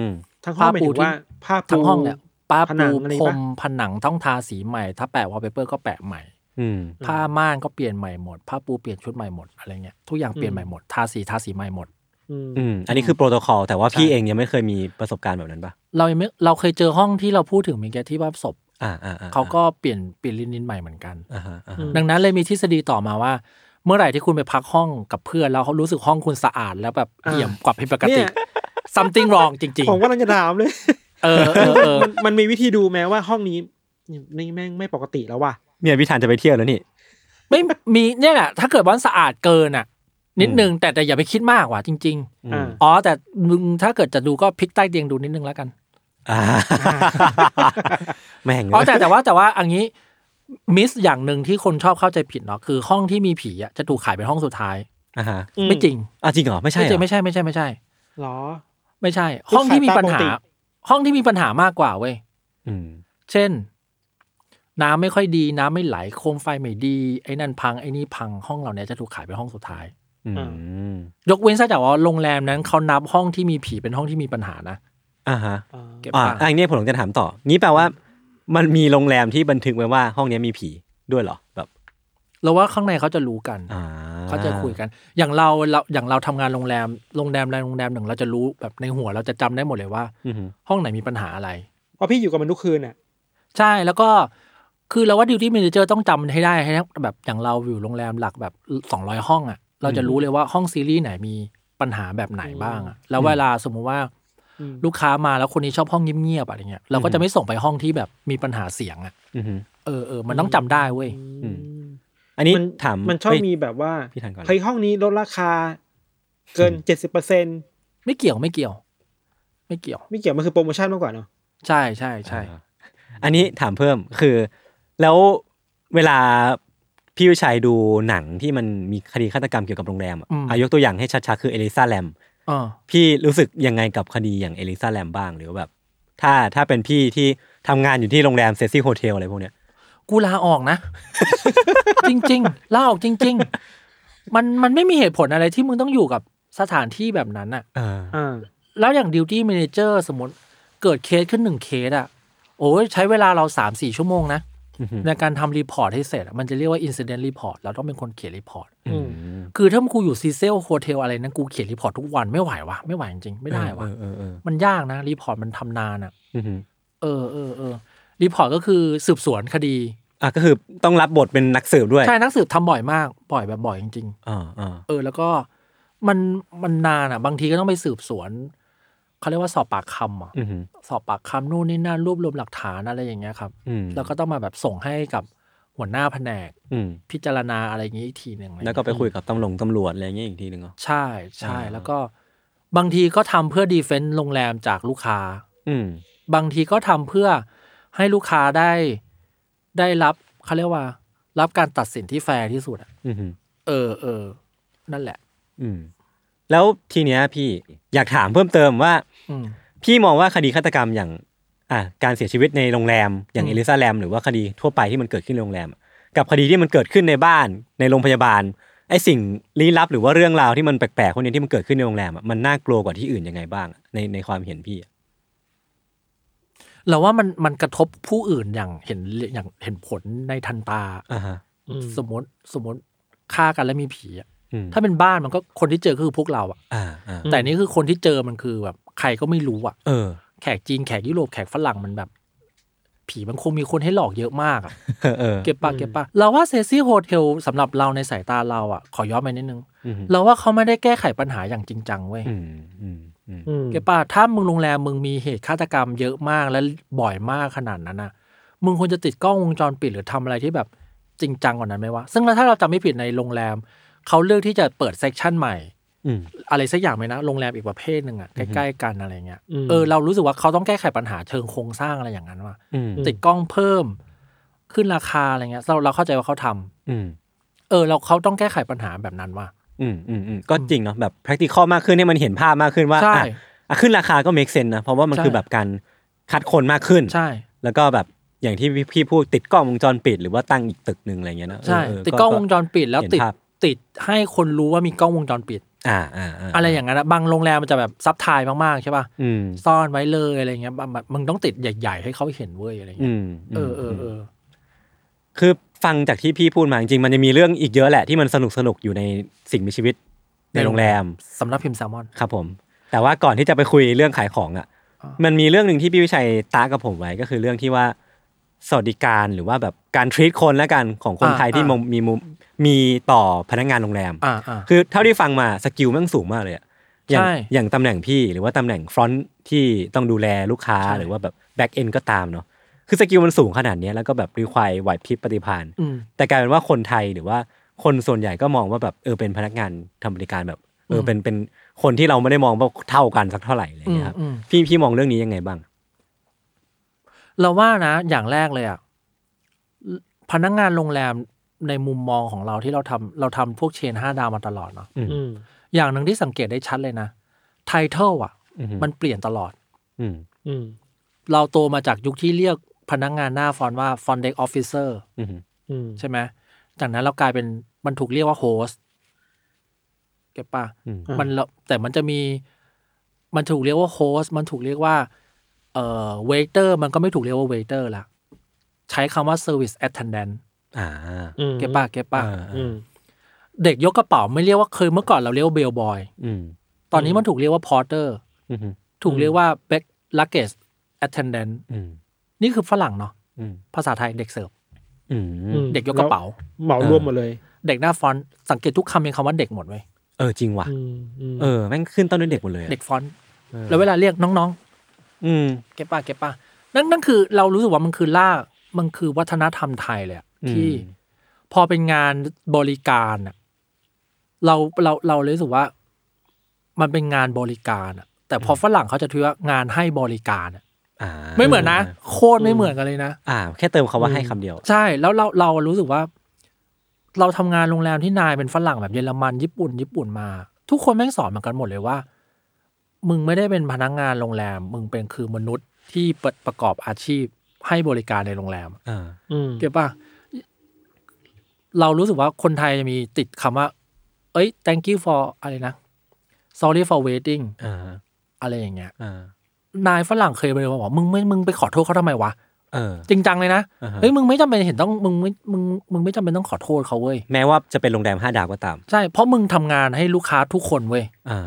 A: ม
B: ทั้งห้องหมายถึงว่าผ้าปู
C: ทั้งห้องเนี่ยป้า
B: ผนั
C: ปู
B: งอะไร
C: พร
B: ปะ
C: มผนังต้องทาสีใหม่ ถ้าแปะวอลเปเปอร์ก็แปะใหม่
A: อืม
C: ผ้าม่านก็เปลี่ยนใหม่หมด ผ้าปูเปลี่ยนชุดใหม่หมดอะไรเงี้ยทุกอย่างเปลี่ยนใหม่หมด ทาสีทาสีใหม่หมด
B: อืม
A: อืม อันนี้คือโปรโตคอลแต่ว่าพี่เองยังไม่เคยมีประสบการณ์แบบนั้นปะ
C: เรายังไม่เราเคยเจอห้องที่เราพูดถึงเมื่อกี้ที่ว่าศพ
A: อ่าอ่าอ่
C: เขาก็เปลี่ยนเปลี่ยนลินนินใหม่เหมือนกัน
A: อ่าฮะอ่าฮะ
C: ดังนั้นเลยมีทฤษฎีต่อมาว่า เมื่อไหร่ที่คุณไปพักห้องกับเพื่อนแล้วเขารู้สึกห้องคุณสะอาดแล้วแบบเอี่ยมกว่าผิดปก
B: เนี่
C: ติ
B: ย
C: something wrong จริง
B: ผมกำลังจะถามเลย [laughs]
C: ๆ เออเออเออ
B: มันมันมีวิธีดูแม้ว่าห้องนี้นี่แม่งไม่ปกติแล้วว่ะ
A: เนี่ยพี่ธานจะไปเที่ยวแล้วนี่
C: ไม่มีเนี่ยแหละถ้าเกิดว่าสะอาดเกินอ่ะ นิดนึงแต่แต่อย่าไปคิดมากว่ะจริง
A: อืม
B: อ่า
C: ๆ อ๋อ แต่มึงถ้าเกิดจะดูก็พลิกใต้เตียงดูนิดนึงแล้วกัน
A: อ่า [laughs] แม่ง
C: อ๋อแต่แต่ว่าแต่ว่าอันนี้มิสอย่างหนึ่งที่คนชอบเข้าใจผิดเนาะคือห้องที่มีผีอะจะถูกขายเป็นห้องสุดท้าย
A: อ่าฮะ
C: ไม่จริง
A: อ่ะจริงเหรอ ไม่ใช่
C: ไม่
A: เห
C: จ
A: ร
C: ริง
A: อ
C: ไม่ใช่ไม่ใช่ไม่ใช่
B: หรอ
C: ไม่ใช่
B: คือ
C: ห้องที่มีปัญ
B: ขายตา
C: หา
B: มปกติ
C: ห้องที่มีปัญหามากกว่าเว้ย
A: อืม
C: เช่น น้ำไม่ค่อยดี น้ำไม่ไหลโคมไฟไม่ดีไอ้นั่นพังไอ้นี่พังห้องเหล่านี้จะถูกขายเป็นห้องสุดท้าย
A: อื
B: อ่า
A: ม
C: ยกเว้นซะแต่ว่าโรงแรมนั้นเขานับห้องที่มีผีเป็นห้องที่มีปัญหานะ
A: อ่าฮะ
B: อ่า
C: เก็บ
A: อ่า
C: ปะ
A: อันนี้ผมจะถามต่อ นี้แปลว่า มันมีโรงแรมที่บันทึกไว้ว่าห้องเนี้ยมีผีด้วยเหรอ แบบ
C: เราว่าข้างในเขาจะรู้กัน
A: อ่า
C: เขาจะคุยกัน อย่างเราเราอย่างเราทำงานโรงแรมโรงแรมใดโรงแรมหนึ่งเราจะรู้แบบในหัวเราจะจำได้หมดเลยว่า
A: อืม
C: ห้องไหนมีปัญหาอะไร
B: เพราะพี่อยู่กับมันทุกคืนอ่ะ
C: ใช่แล้วก็คือเราว่าดิวตี้ a ม a เจอร์ต้องจำให้ได้ให้ได้แบบอย่างเราอยู่โรงแรมหลักแบบ 200 ห้องอ่ะ เราจะรู้เลยว่าห้องซีรีส์ไหนมีปัญหาแบบไหนบ้างอะแล้วเวลาสมมุติว่า
B: อืม
C: ลูกค้ามาแล้วคนนี้ชอบห้องเงียบๆอะไรเงี้ยเราก็จะไม่ส่งไปห้องที่แบบมีปัญหาเสียงอ่ะ
A: อืม
C: เออเออมันต้องจำได้เว้ย
A: อืม อันนี้
B: มัน
A: ถาม
B: มันชอบ
A: เฮ้ย
B: มีแบบว่า
A: พี่ทันก่อน
B: เฮ้ยห้องนี้ลดราคา เกินเจ็ดสิบเปอร์เซ็น
C: ไม่เกี่ยวไม่เกี่ยว ไม่เกี่ยว
B: ไม่เกี่ยวมันคือโปรโมชั่นมากกว่าเนาะ
C: ใช่ใช่ใช่
A: อ่าอันนี้ถามเพิ่มคือ แล้วเวลาพี่วิชัยดูหนังที่มันมีคดีฆาตกรรมเกี่ยวกับโรงแรมอะ
C: อืม
A: อ่ะยกตัวอย่างให้ชัดๆคือเอลิซาแลม
C: เออ
A: พี่รู้สึกยังไงกับคดีอย่างเอลิซาแลมบ้างหรือว่าแบบ ถ้าถ้าเป็นพี่ที่ทำงานอยู่ที่โรงแรมเซซี่โฮเทลอะไรพวกเนี้ย
C: กูลาออกนะ [laughs] จริงๆลาออกจริง ๆ มันมันไม่มีเหตุผลอะไรที่มึงต้องอยู่กับสถานที่แบบนั้นอะ
A: เออ
B: อ่า
C: แล้วอย่างดิวตี้ m ม n เจอร์สมมติเกิดเคสขึ้นหนึ่งเคสอ่ะ โอ้ยใช้เวลาเราสามสี่ชั่วโมงนะ
A: อือหือ
C: ในการทำรีพอร์ตให้เสร็จอะมันจะเรียกว่า Incident Report เราต้องเป็นคนเขียนรีพอร์ต
B: อืม
C: คือถ้ากูอยู่ซีเซลโฮเทลอะไรนั้นกูเขียนรีพอร์ตทุกวันไม่ไหววะไม่ไหวจริงๆ ไม่ได้วะ
A: เออเออเออ
C: มันยากนะรีพอร์ตมันทำนานอ่ะ
A: อือหือ
C: เออเออเออรีพอร์ตก็คือสืบสวนคดี
A: อ่ะก็คือต้องรับบทเป็นนักสืบด้วย
C: ใช่นักสืบทำบ่อยมากบ่อยแบบบ่อยจริง ๆ
A: อ่าอ่า
C: เออแล้วก็มันมันนานอ่ะ บางทีก็ต้องไปสืบสวนเขาเรียกว่าสอบปากคำอ่ะ
A: อือหือ
C: สอบปากคำนู่นนี่นั่นรวบรวมหลักฐานอะไรอย่างเงี้ยครับ
A: อืม
C: แล้วก็ต้องมาแบบส่งให้กับหัวหน้าแผนก
A: อืม
C: พิจารณาอะไรอย่างงี้อีกทีหนึ่งอะรอย่าง
A: แล้ว
C: เงี้
A: ก็ไปคุยกับตำรวจตำรวจอะไรอย่างเงี้ยอีกทีหนึ่งเหรอ
C: ใช่ใช่
A: อ่า
C: แล้วก็บางทีก็ทำเพื่อดีเฟนต์โรงแรมจากลูกค้า
A: อืม
C: บางทีก็ทำเพื่อให้ลูกค้าได้ได้รับเขาเรียกว่า รับการตัดสินที่แฟร์ที่สุดอะ
A: อือหือ
C: เออเออนั่นแหละ
A: อืมแล้วทีเนี้ยพี่อยากถามเพิ่มเติมว่า
C: อืม
A: พี่มองว่าคดีฆาตกรรมอย่างอ่ะการเสียชีวิตในโรงแรม อย่าง
C: อืม
A: เอลิซาแลมหรือว่าคดีทั่วไปที่มันเกิดขึ้นในโรงแรมอะกับคดีที่มันเกิดขึ้นในบ้านในโรงพยาบาลไอ้สิ่งลี้ลับหรือว่าเรื่องราวที่มันแปลกๆพวกนี้ที่มันเกิดขึ้นในโรงแรมอะมันน่ากลัวกว่าที่อื่นยังไงบ้าง ในในความเห็นพี่อะ
C: เราว่ามันมันกระทบผู้อื่นอย่างเห็นอย่างเห็นผลในทันตา
A: อ่าฮะ
C: สมมติสมมติฆ่ากันแล้วมีผีอะ
A: อืม
C: ถ้าเป็นบ้านมันก็คนที่เจอก็คือพวกเราอะ
A: อ่าอ่า
C: แต่นี่คือคนที่เจอมันคือแบบใครก็ไม่รู้อะ
A: เออ
C: แขกจีนแขกยุโรปแขกฝรั่งมันแบบ ผีมันคงมีคนให้หลอกเยอะมากอะ
A: เออเออ
C: เก็บปะเก็บปะเราว่าเซซี่โฮเทลสำหรับเราในสายตาเราอะขอย้อนไปนิดนึง
A: อืม
C: เราว่าเขาไม่ได้แก้ไขปัญหาอย่างจริงจังเว้ย
A: อืมอืมอืม
B: อืม
C: เก็บป่ะถ้ามึงโรงแรมมึงมีเหตุฆาตกรรมเยอะมากและบ่อยมากขนาดนั้นน่ะ มึงควรจะติดกล้องวงจรปิดหรือทำอะไรที่แบบจริงจังกว่านั้นไหมวะ ซึ่งแล้วถ้าเราจำไม่ผิดในโรงแรม เขาเลือกที่จะเปิดเซกชันใหม่
A: อืม
C: อะไรสักอย่างไหมนะ โรงแรมอีกประเภทหนึ่งอ่ะใกล้ ๆ กันอะไรเงี้ย
B: อืม
C: เออเรารู้สึกว่าเขาต้องแก้ไขปัญหาเชิงโครงสร้างอะไรอย่างนั้นว่ะ
A: อืม
C: ติดกล้องเพิ่มขึ้นราคาอะไรเงี้ย เราเราเข้าใจว่าเขาทำ
A: อืม
C: เออ เราเขาต้องแก้ไขปัญหาแบบนั้นว่ะ
A: อืมอืมอืมก็จริงเนาะแบบ practical มากขึ้นให้มันเห็นภาพมากขึ้นว่า
C: ใช่
A: อ่ะอ่ะขึ้นราคาก็ make sense นะ เพราะว่ามัน
C: ใช่
A: คือแบบการคัดคนมากขึ้น
C: ใช่
A: แล้วก็แบบอย่างที่พี่พูดติดกล้องวงจรปิด หรือว่าตั้งอีกตึกหนึ่งอะไรเงี้ยเนอะ
C: ใช่
A: เเ
C: ติดกล้องวงจรปิดแล้ว
A: เห็น
C: ติด
A: ภาพ
C: ติดให้คนรู้ว่ามีกล้องวงจรปิด
A: อ่าอ่าอ่า
C: อะไรอย่างนั้นนะบางโรงแรมมันจะแบบซับไทายมากๆใช่ป่ะ
A: อืม
C: ซ่อนไว้เลยอะไรเงี้ยบางแบบมึงต้องติดใหญ่ๆ ให้เขาเห็นเว้ยอะไร
A: อื
C: เงี้ย
A: ม
C: เออเออเออ
A: คือฟังจากที่พี่พูดมาจริงๆมันจะมีเรื่องอีกเยอะแหละที่มันสนุกสนุกๆอยู่ในสิ่งมีชีวิตในโรงแรม
C: สำนักพิมพ์แซลมอน
A: ครับผม แต่ว่าก่อนที่จะไปคุยเรื่องขายของอะ่ะ
C: อ่ามั
A: มันมีเรื่องหนึ่งที่พี่วิชัยตากับผมไว้ก็คือเรื่องที่ว่าสวัสดิการหรือว่าแบบการทรีตคนและกันของคนไทยที่มองมีมุมมีต่อพนักงานโรงแรม
C: อ่าอ่า
A: คือเท่าที่ฟังมาสกิลแม่งสูงมากเลยอะอย่าง
C: ใช่
A: อย่างตำแหน่งพี่หรือว่าตำแหน่งฟรอนท์ที่ต้องดูแลลูกค้า
C: ใช่
A: หรือว่าแบบแบ็กเอนก็ตามเนาะคือสกิลมันสูงขนาดเนี้ยแล้วก็แบบรีควายไหวพริบปฏิภาณ
C: อืม
A: แต่กลายเป็นว่าคนไทยหรือว่าคนส่วนใหญ่ก็มองว่าแบบเออเป็นพนักงานทำบริการแบบเออ
C: ม
A: เป็นเป็นคนที่เราไม่ได้มองว่าเท่ากันสักเท่าไหร่อะไรอย่างเงี้ยครับ
C: อืมอืม
A: พี่พี่มองเรื่องนี้ยังไงบ้าง
C: เราว่านะ อย่างแรกเลยอ่ะพนักงานโรงแรมในมุมมองของเราที่เราทำเราทำพวกเชนห้าดาวมาตลอดเนาะ
B: อืม
C: อย่างหนึ่งที่สังเกตได้ชัดเลยนะไทเทลอ่ะ
A: อือฮึ
C: มันเปลี่ยนตลอด
A: อืม
B: อืม
C: เราโตมาจากยุคที่เรียกพนักงานหน้าฟอนต์ว่าฟอนเด็กออฟฟิเซอร์
A: อืม
B: อืม
C: ใช่ไหมจากนั้นเรากลายเป็นมันถูกเรียกว่าโฮสเก็บปะ
A: อืม
B: อ่ามั
C: มันแล้วแต่มันจะมี มันถูกเรียกว่าโฮสมันถูกเรียกว่า เอ่อเวเตอร์ มันก็ไม่ถูกเรียกว่าเวเตอร์ละใช้คำว่าเซอร์วิสแอ t เทน d ดน
A: อ่า
B: อืม
C: เก็บปะเก็บปะ
A: เออเอ
B: อื
A: อ
B: ม
C: เด็กยกกระเป๋าไม่เรียกว่าเคยเมื่อก่อนเราเรียกว่าเบลบอย
A: อืม
C: ตอนนี้มันถูกเรียกว่าพอร์เตอร์
A: อืม
C: ถูกเรียกว่าเบกลักเกสแอ t เทน d ดน
A: อืม
C: นี่คือฝรั่งเนาะ
A: อืม
C: ภาษาไทยเด็กเสิร์ฟ
A: อืม
B: ม
C: เด็กยกกระเป๋า
B: เหมารวมหมดเลย
C: เด็กหน้าฟอนต์สังเกตทุกคำเป็นคำว่าเด็กหมดเว้ย
A: เออจริงว่ะ
B: อืมอืม
A: เออแม่งขึ้นต้นด้วยเด็กหมดเลยอะ
C: เด็กฟอนต์ แล้วเวลาเรียกน้อง
A: อืม
C: ๆ เก็บป่ะเก็บป่ะนั่นนั่นคือเรารู้สึกว่ามันคือล่ากมันคือวัฒนธรรมไทยเลยอะ
A: อืม
C: ที่พอเป็นงานบริการอะเราเราเราเลยรู้สึกว่า มันเป็นงานบริการอะแต่พอฝรั่งเขาจะถือว่างานให้บริการอะ
A: อ่า
C: ไม่เหมือนนะโคตรไม่เหมือนกันเลยนะ
A: อ่า แค่เติมคาว่าให้คำเดียว
C: ใช่แล้วเราเรารู้สึกว่า เราทำงานโรงแรมที่นายเป็นฝรั่งแบบเยอรมันญี่ปุ่น ญี่ปุ่นมา ทุกคนแม่งสอนเหมือนกันหมดเลยว่า มึงไม่ได้เป็นพนักงานโรงแรม มึงเป็นคือมนุษย์ที่ประประกอบอาชีพให้บริการในโรงแรม
A: อ่า
B: อืม
C: เก็บป่ะ เรารู้สึกว่าคนไทยจะมีติดคำว่า เอ้ย thank you for อะไรนะ sorry for waiting
A: อ่า
C: อะไรอย่างเงี้ย
A: อ่าน
C: ายฝรั่งเคยไปเลยมาบอกมึงไม่มึงไปขอโทษเขาทำไมวะ
A: เออ
C: จริงจังเลยนะ
A: อ่าฮะ
C: เฮ้ย มึงไม่จำเป็นเห็นต้องมึงไม่มึงมึงไม่จำเป็นต้องขอโทษเขาเว้ย
A: แม้ว่าจะเป็นโรงแรมห้าดาวก็ตาม
C: ใช่ เพราะมึงทำงานให้ลูกค้าทุกคนเว้ย
A: อ่า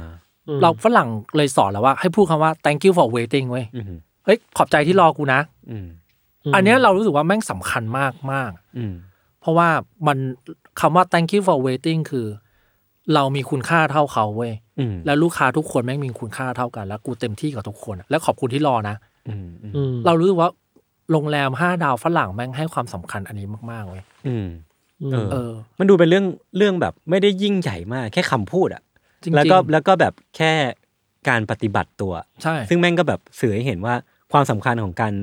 B: อืม
C: เราฝรั่งเลยสอนแล้วว่า ให้พูดคำว่า thank you for waiting เว้ย
A: อืม
C: เฮ้ย ขอบใจที่รอกูนะ
A: อืม
C: อันเนี้ยเรารู้สึกว่าแม่งสำคัญมากมาก
A: อืม
C: ๆเพราะว่ามันคำว่า thank you for waiting คือ เรามีคุณค่าเท่าเขาเว้ย
A: อืม
C: แล้วลูกค้าทุกคนแม่งมีคุณค่าเท่ากัน แล้วกูเต็มที่กับทุกคนอะและขอบคุณที่รอนะ
A: อืมอืม
B: อืม
C: เรารู้สึกว่าโรงแรมห้าดาวฝรั่งแม่งให้ความสำคัญอันนี้มากๆเว้ย
A: อืม
B: อืม
A: เออ
C: เออ
A: มันดูเป็นเรื่องเรื่องแบบไม่ได้ยิ่งใหญ่มาก แค่คำพูดอะ
C: จริงๆ
A: แล้วก็แล้วก็แบบแค่การปฏิบัติตัว
C: ใช่
A: ซึ่งแม่งก็แบบสื่อให้เห็นว่าความสำคัญของการ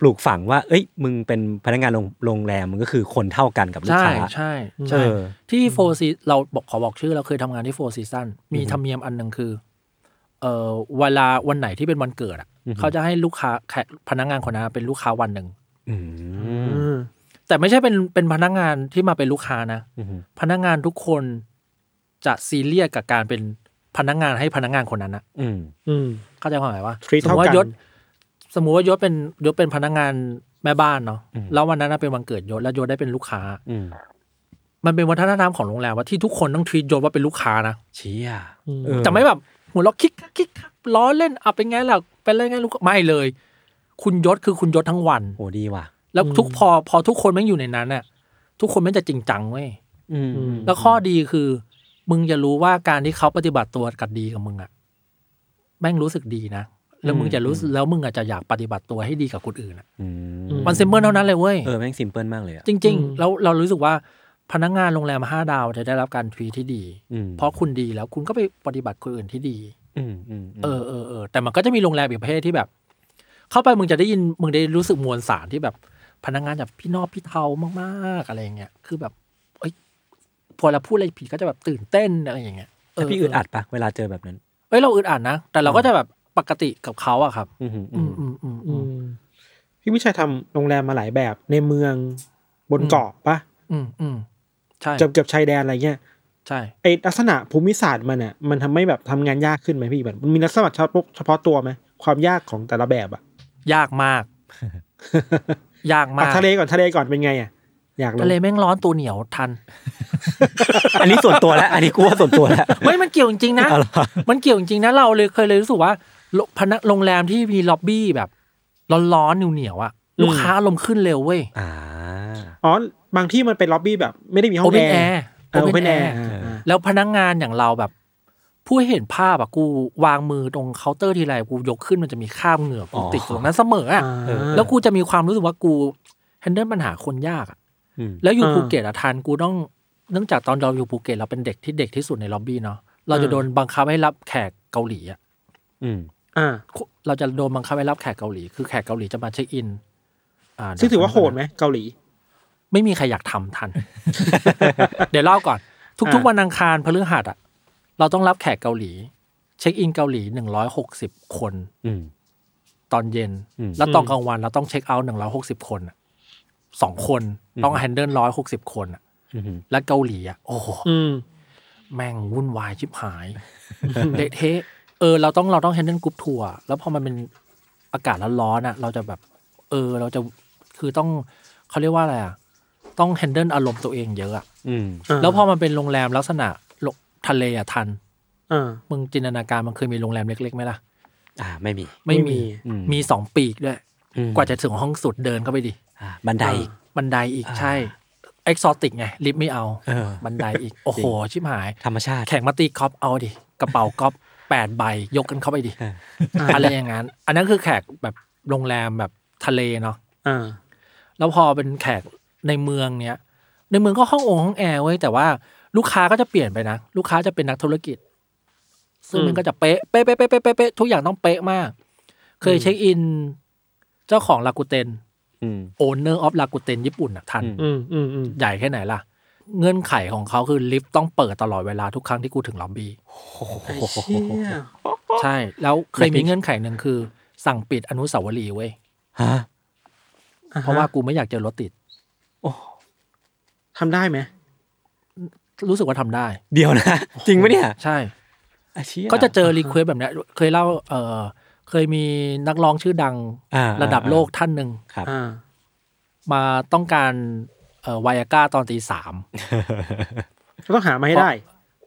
A: ปลูกฝังว่า เอ้ย มึงเป็นพนักงานโรงโรงแรมมึงก็คือคนเท่ากันกับลูก
C: ใช่
A: ค้า
C: ใช่
A: เอ
C: ใช่
A: อ
C: ที่โฟซีเราบอกขอบอกชื่อเราเคยทำงานที่โฟซีซันมีธรรมเนียมอันหนึ่งคือ เออเวลาวันไหนที่เป็นวันเกิดอะเขาจะให้ลูกค้าแขกพนักงานคนนั้นเป็นลูกค้าวันหนึ่ง
A: อืม
B: อืม
C: แต่ไม่ใช่เป็นเป็นพนักงานที่มาเป็นลูกค้านะ
A: อืม
C: พนักงานทุกคนจะซีเรียสกับการเป็นพนักงานให้พนักงานคนนั้นนะ
A: อืม
B: อืม
C: เข้าใจความหมายว่า
B: Treat
C: สมมติว่า
B: เท่ากัน
C: ยศ สมมติว่ายศเป็นยศเป็นพนักงานแม่บ้านเนาะแล้ววันนั้นนะเป็นวันเกิดยศแล้วยศได้เป็นลูกค้า
A: อืม
C: มันเป็นวัฒนธรรมของโรงแรมว่าที่ทุกคนต้องทีตยศว่าเป็นลูกค้านะ
A: เชี่ย
B: ม
A: เออ
C: จะไม่แบบหัวเราะคิกคักคิกคักล้อเล่นอ่ะเป็นไงล่ะเป็นเล่นไงลูกไม่เลย คุณยศคือคุณยศทั้งวัน
A: โหดีว่ะ
C: แล้วทุกพอพอทุกคนแม่งอยู่ในนั้นน่ะทุกคนแม่งจะจริงจังเว้ย
A: อืม
C: แล้วข้อดีคือ มึงจะรู้ว่าการที่เขาปฏิบัติตัวกับดีกับมึงอ่ะแม่งรู้สึกดีนะแล้วมึงจะรู้สึกแล้วมึงอาจจะอยากปฏิบัติตัวให้ดีกับคนอื่นอะ
A: อืม
B: อื
C: มันซิมเพิลเท่านั้นเลยเว้ย
A: เออแม่งซิมเพิลมากเลยอ่ะ
C: จริงๆ แล้วเรารู้สึกว่าพนักงานโรงแรมห้าดาวจะได้รับการทรีตที่ดี
A: อืม
C: เพราะคุณดีแล้วคุณก็ไปปฏิบัติคนอื่นที่ดี
A: อืมอืม
C: เออเออเออแต่มันก็จะมีโรงแรมอีกประเภทที่แบบ เข้าไปมึงจะได้ยินมึงได้รู้สึกมวลสารที่แบบ พนักงานแบบพี่นอบพี่เทามากๆอะไรอย่างเงี้ยคือแบบเอ้ยพอเราพูดอะไรผิดก็จะแบบตื่นเต้นอะไรอย่างเงี้ยเ
A: แล้วพี่อึดอัดปะเวลาเจอแบบนั้น
C: เอ้ยเราอึดอัดนะแต่เราก็จะแบบปกติกับเขาอะครับ
A: อืม
C: อืมอืมอืมอืม
B: พี่วิชัยทำโรงแรมมาหลายแบบในเมืองบนเกาะปะ
C: อืมอืมใช่
B: เกือบเกือบชายแดนอะไรเงี้ย
C: ใช่
B: ไอลักษณะภูมิศาสตร์มันอ่ะมันทำให้แบบทำงานยากขึ้นไหมพี่แบบมันมีลักษณะเฉพาะเฉพาะตัวไหมความยากของแต่ละแบบอ่ะ
C: ยากมาก ยากมาก
B: [laughs] อ่ะทะเลก่อนทะเลก่อนเป็นไงอ่ะอยากรู้
C: ทะเลแม่งร้อนตัวเหนียวทัน
A: อันนี้ส่วนตัวแล้ว อันนี้กูว่าส่วนตัวแล้ว
C: ไม่มันเกี่ยวจริงๆนะ
A: อ๋อเหรอ
C: มันเกี่ยวจริงๆนะ เราเลยเคยเลยรู้สึกว่าโรพนักโรงแรมที่มีล็อบบี้แบบ ร้อนๆเหนียวๆอะลูกค้าลมณ์ขึ้นเร็วเว้ย
A: อ่า
B: อ๋อบางที่มันเป็นล็อบบี้แบบไม่ได้มีห้
C: โอ
B: อง
C: เป
B: แอน
C: แอ
B: ร์
C: ร์
B: โอเปนแอร์
C: แล้วพนักงานอย่างเราแบบ ผู้เห็นภาพอะกูวางมือตรงเคาน์เตอร์ทีไรกูยกขึ้นมันจะมีคราบเหงื่อกู
A: อ๋อ
C: ติดอยู่ตรงนั้นเสมออะ
A: เออ
C: แล้วกูจะมีความรู้สึกว่ากูแฮนเดิลปัญหาคนยากอะ
A: อืม
C: แล้วอยู่ภูเก็ตอะทานกูต้องเนื่องจากตอนเราอยู่ภูเก็ตเราเป็นเด็กที่เด็กที่สุดในล็อบบี้เนาะเราจะโดนบังคับให้รับแขกเกาหลีอะ
A: อืม
B: อ่า
C: เราจะโดนบังคับให้รับแขกเกาหลี คือแขกเกาหลีจะมาเช็คอินอ่า
B: ซึ่งถือว่าโหดไหมเกาหลี
C: ไม่มีใครอยากทำทัน [laughs] เดี๋ยวเล่าก่อน ทุก
B: อ่า
C: ๆวันอังคารพฤหัสอ่ะ เราต้องรับแขกเกาหลี เช็คอินเกาหลีหนึ่งร้อยหกสิบคน
A: อืม
C: ตอนเย็น
A: อืม
C: แล้วตอนกลางวันเราต้องเช็คเอาท์หนึ่งร้อยหกสิบคนอะสองคนต้องแฮนเดิลร้อยหกสิบคนอะ
A: อืม
C: และเกาหลีอ่ะโอ้โห
B: อืม
C: แม่งวุ่นวายชิบหาย [laughs] เละเทะเออ เราต้องเราต้องแฮนเดิลกรุ๊ปทัวร์แล้วพอมันเป็นอากาศร้อนๆอ่ะ เราจะแบบ เออ เราจะคือต้องเขาเรียกว่าอะไรอ่ะ ต้องแฮนเดิลอารมณ์ตัวเองเยอะอ่ะ
A: อืม
B: อ่า
C: แล้วพอมันเป็นโรงแรมลักษณะโลทะเลอ่ะทัน
B: อ่า
C: มึงจินตนาการมันเคยมีโรงแรมเล็กๆไหมล่ะ
A: อ่าไม่มี
C: ไม่
B: ไม่มี
C: มี
A: อืม
C: มีสองปีกด้วย
A: อืม
C: กว่าจะถึงห้องสุดเดินเข้าไปดิ
A: อ่าบันไดอีก
C: บันไดอีกใช่เอ็กซอติกไงลิฟต์ไม่เอา
A: เออ
C: บันไดอีกโอ้โหชิบหาย
A: ธรรมชาติ
C: แข่งมาตีกอล์ฟเอาดิ กระเป๋ากอล์ฟแปดใบ ยกกันเข้าไปดิ
A: เออ
C: อะไรอย่างนั้น อันนั้นคือแขกแบบโรงแรมแบบทะเลเนาะ
B: อ่า
C: แล้วพอเป็นแขกในเมืองเนี้ยในเมืองก็ห้ององค์ห้องแอร์เว้ยแต่ว่าลูกค้าก็จะเปลี่ยนไปนะ ลูกค้าจะเป็นนักธุรกิจ ซึ่งมันก็จะเป๊ะเป๊ะเป๊ะเป๊ะเป๊ะเป๊ะเป๊ะทุกอย่างต้องเป๊ะมาก เคยเช็คอิน เจ้าของลากูเตน
A: อืม
C: โอนเนอร์ออฟลากูเตนญี่ปุ่นอะทัน
A: อืม
B: อืมอืมอืม
C: ใหญ่แค่ไหนล่ะ เงื่อนไขของเขาคือลิฟต์ต้องเปิดตลอดเวลาทุกครั้งที่กูถึงล็อบบี้
B: ไอ้เชี่ย
C: ใช่ แล้วเคยมีเงื่อนไขหนึ่งคือ สั่งปิดอนุสาวรีย์เว้ย
A: ฮะ
B: อ่ฮ
C: เพราะว่ากูไม่อยากเจอรถติด
B: ทำได้ไหม
C: รู้สึกว่าทำได้
A: เดียวนะ จริงปะเนี่ย
C: ใช่
A: ไอ้เชี่ย
C: ก็จะเจอรีเควสแบบเนี้ยเคยเล่าเออเคยมีนักร้องชื่อดัง
A: อ่า
C: ระดับ
A: อ่า
C: โลกท่านหนึ่ง
A: ครับ
B: อ่า
C: มาต้องการเอ่อไวอาก้าตอนตีสาม
B: ก็ต้องหามาให้ได้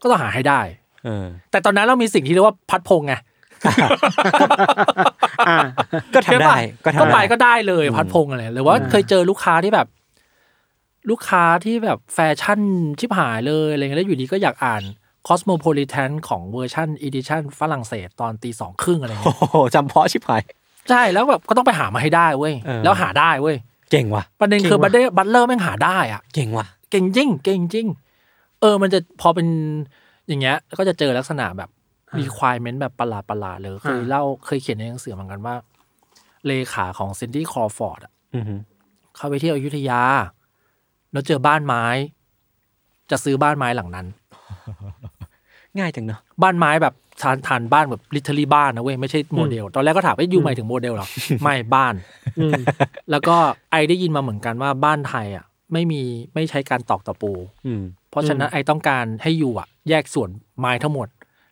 C: ก็ต้องหาให้ได้
A: เออ
C: แต่ตอนนั้นเรามีสิ่งที่เรียกว่าพัดพงไง
B: อ่า
A: ก็ทำได้ก็ทำ
C: ก็ไป
A: ได้
C: ก็ได้เลย
A: อืม
C: พัดพงอะไรหรือว่า
B: อ่า
C: เคยเจอลูกค้าที่แบบ ลูกค้าที่แบบแฟชั่นชิบหายเลยอะไรเงี้ยแล้วอยู่ดีก็อยากอ่าน Cosmopolitan ของเวอร์ชันอีดิชันฝรั่งเศสตอนตีสองครึ่งอะไร
A: โอ้
C: เงี้ย
A: โหจำเพาะชิบหาย
C: ใช่แล้วแบบก็ต้องไปหามาให้ได้เว้ย
A: เออ
C: แล้วหาได้เว้ย
A: เก่งว่ะ
C: ประเด็น
B: เก่ง
C: คือ
B: ว่ะ
C: บัตเลอร์บัตเลอร์แม่งหาได้อะ
A: เก่งว่ะ
C: เก่งจริงเก่งจริง เออมันจะพอเป็นอย่างเงี้ย ก็จะเจอลักษณะแบบ requirement แบบประหลาดประหลาดๆเลยเคย
B: อ่า
C: เล่าเคยเขียนในหนังสือเหมือนกันว่า เลขาของซินดี้คอฟอร์ด
A: อือหือ
C: เข้าไปเที่ยวอยุธยา แล้วเจอบ้านไม้ จะซื้อบ้านไม้หลังนั้น
A: ง่ายจังเนาะ
C: บ้านไม้แบบทานทานบ้านแบบลิทเทอรี่บ้านนะเว้ยไม่ใช่โมเดล ตอนแรกก็ถามว่ายูหมายถึงโมเดลเหรอ ไม่บ้าน
B: อืม
C: แล้วก็ไอได้ยินมาเหมือนกันว่าบ้านไทยอ่ะ ไม่มีไม่ใช้การตอกตะปู
A: อืม
C: เพราะฉะนั้น
B: อืม
C: ไอต้องการให้ยูอะแยกส่วนไม้ทั้งหมด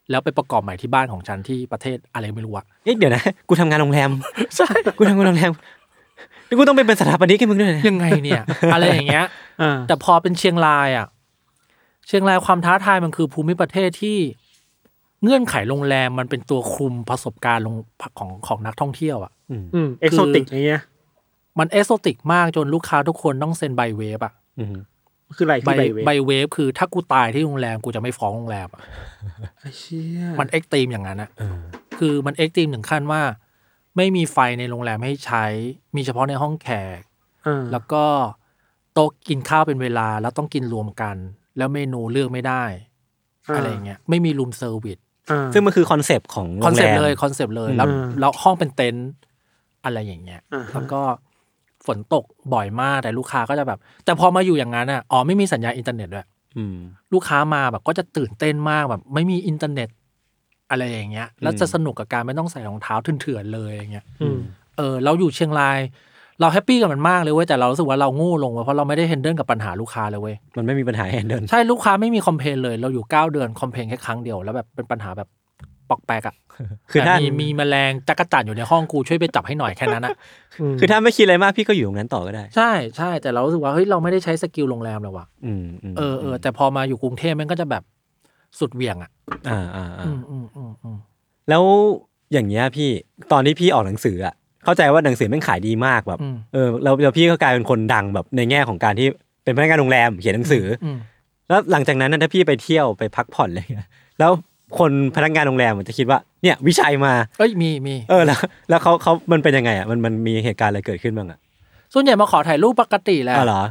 C: แล้วไปประกอบใหม่ที่บ้านของฉันที่ประเทศอะไรไม่รู้อะ
A: เอ๊ะเดี๋ยวนะ กูทำงานโรงแรม ใช่ กูทำงานโรงแรมนี่กูต้องเป็นเป็นสถาปนิกให้มึงด้วยนะ
C: ยังไงเนี่ย อะไรอย่างเงี้ย
B: อ่า
C: แต่พอเป็นเชียงรายอะเชียงรายความท้าทายมันคือภูมิประเทศที่เงื่อนไขโรงแรมมันเป็นตัวคุมประสบการณ์ลงของของนักท่องเที่ยวอะ
A: อืม
B: อืมเอ็กโซติกอย่างเงี้ย
C: มันเอสโซติกมากจนลูกค้าทุกคนต้องเซ็นใบเวฟอะ
A: อืม
B: คืออะไรคื
C: ใบ
B: อใบเวท
C: ใบเวฟคือถ้ากูตายที่โรงแรมกูจะไม่ฟ้องโรงแรมอะ
B: ไอ้เชี่ย
C: มันเอ็กซ์ตรีมอย่างนั้นอะคือมันเอ็กซ์ตรีมถึงขั้นว่า ไม่มีไฟในโรงแรมให้ใช้ มีเฉพาะในห้องแขก
B: อ่า
C: แล้วก็โต๊ะกินข้าวเป็นเวลาแล้วต้องกินรวมกัน แล้วเมนูเลือกไม่ได้ อะไรอย่างเงี้ย ไม่มีรูมเซอร์วิส
B: อ่า
A: ซึ่งมันคือคอนเซปต์ของโร
C: คอน
A: ง
C: เซ
A: แร
C: ปต์
A: ม
C: เลยคอนเซปต์เลยแล้ว
B: อืม
C: แล้วห้องเป็นเต็นท์อะไรอย่างเงี้ย
B: อ่าฮะ
C: แล้วก็ฝนตกบ่อยมากแต่ลูกค้าก็จะแบบ แต่พอมาอยู่อย่างนั้นอ่ะอ๋อไม่มีสัญญาณอินเทอร์เน็ตด้วย
A: อืม
C: ลูกค้ามาแบบก็จะตื่นเต้นมากแบบ ไม่มีอินเทอร์เน็ต อะไรอย่างเงี้ย แล้วจะสนุกกับการไม่ต้องใส่รองเท้าเถื่อนๆเลยอย่างเงี้ย
B: อืม
C: เออเราอยู่เชียงราย เราแฮปปี้กับมันมากเลยเว้ยแต่เรารู้สึกว่าเราโง่ลงเว้ยเพราะเราไม่ได้ h ฮนเดิลกับปัญหาลูกค้าเลยเว้ย
A: มันไม่มีปัญหาแฮนเดิล
C: [laughs] ใช่ลูกค้าไม่มีคอมเพลนเลยเราอยู่ 9 เดือนคอมเพลนแค่ครั้งเดียวแล้วแบบเป็นปัญหาแบบปอกแปลกอะ
A: คือถ้า
C: แบบมีมีแมลงจักรจั่นอยู่ในห้องกูช่วยไปจับให้หน่อยแค่นั้นอะ
B: ม
A: คือถ้าไม่คิดอะไรมากพี่ก็อยู่ตรงนั้นต่อก็ได้
C: ใช่ใช่แต่เรารู้สึกว่าเฮ้ยเราไม่ได้ใช้สกิลโรงแรมเลยว่ะ
A: อืมอืม
C: เออเออแต่พอมาอยู่กรุงเทพมันก็จะแบบสุดเหวี่ยงอะ
A: อ่าอ่าอ่า
C: อืมอืมอืมอืม
A: แล้วอย่างเงี้ยพี่ ตอนที่พี่ออกหนังสืออ่ะ เข้าใจว่าหนังสือแม่งขายดีมากแบบ
C: อืม
A: เออ แล้วแล้วพี่ก็กลายเป็นคนดังแบบในแง่ของการที่เป็นพนักงานโรงแรมเขียนหนังสืออ
C: อืม
A: แล้วหลังจากนั้นน่ะถ้าพี่ไปเที่ยวไปพักผ่อนอะไรเงี้ยแล้วคนพนักงานโรงแรมมันจะคิดว่าเนี่ยวิชัยมา
C: เอ้ยมีมี
A: เออแล้วแล้วเขาเขามันเป็นยังไงอ่ะมันมันมีเหตุการณ์อะไรเกิดขึ้นบ้างอ่ะ
C: ส่วนใหญ่มาขอถ่ายรูปปกติแหละ
A: อ๋อเหรอ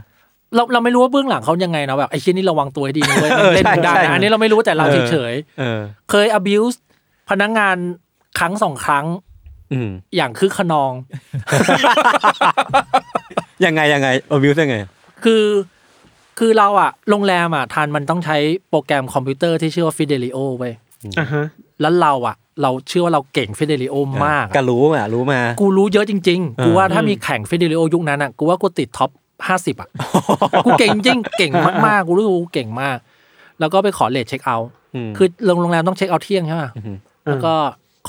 C: เราเราไม่รู้ว่าเบื้องหลังเขายังไงนะแบบไอ้ชิ้นนี้ระวังตัวให้ดีนะเว้ย
A: [laughs] เออ
C: เล่น
A: ใช่
C: มึงได้
A: ใช่
C: นะอันนี้เราไม่รู้แต่เรา
A: เออ
C: เฉย
A: เออ
C: ๆเคย abuse พนักงานครั้งสองครั้ง
A: อืม
C: อย่างคือขนอง
A: ยังไงยังไงเอาวิวยังไง
C: คือ คือเราอะโรงแรมอะทานมันต้องใช้โปรแกรมคอมพิวเตอร์ที่ชื่อว่า Fidelio เว้ย
B: อ่าฮะ
C: แล้วเราอะเราเชื่อว่าเราเก่ง Fidelio มาก
A: ก็
C: อะ
A: รู้อ่ะรู้มา
C: กูรู้เยอะจริง
A: เออ
C: ๆ กูว่าถ้า
B: อืม
C: มีแข่ง Fidelio ยุคนั้นอะกูว่ากูติดท็อปห้าสิ
A: [laughs]
C: บอะ กูเก่งจริงเก่งมากๆ กูรู้สึกว่ากูเก่งมาก แล้วก็ไปขอเลทเช็คเอาท์
A: ม
C: คือโรงโรงแรมต้องเช็คเอาท์เที่ยงใช่ไหม
A: อือฮึ
C: แล้วก็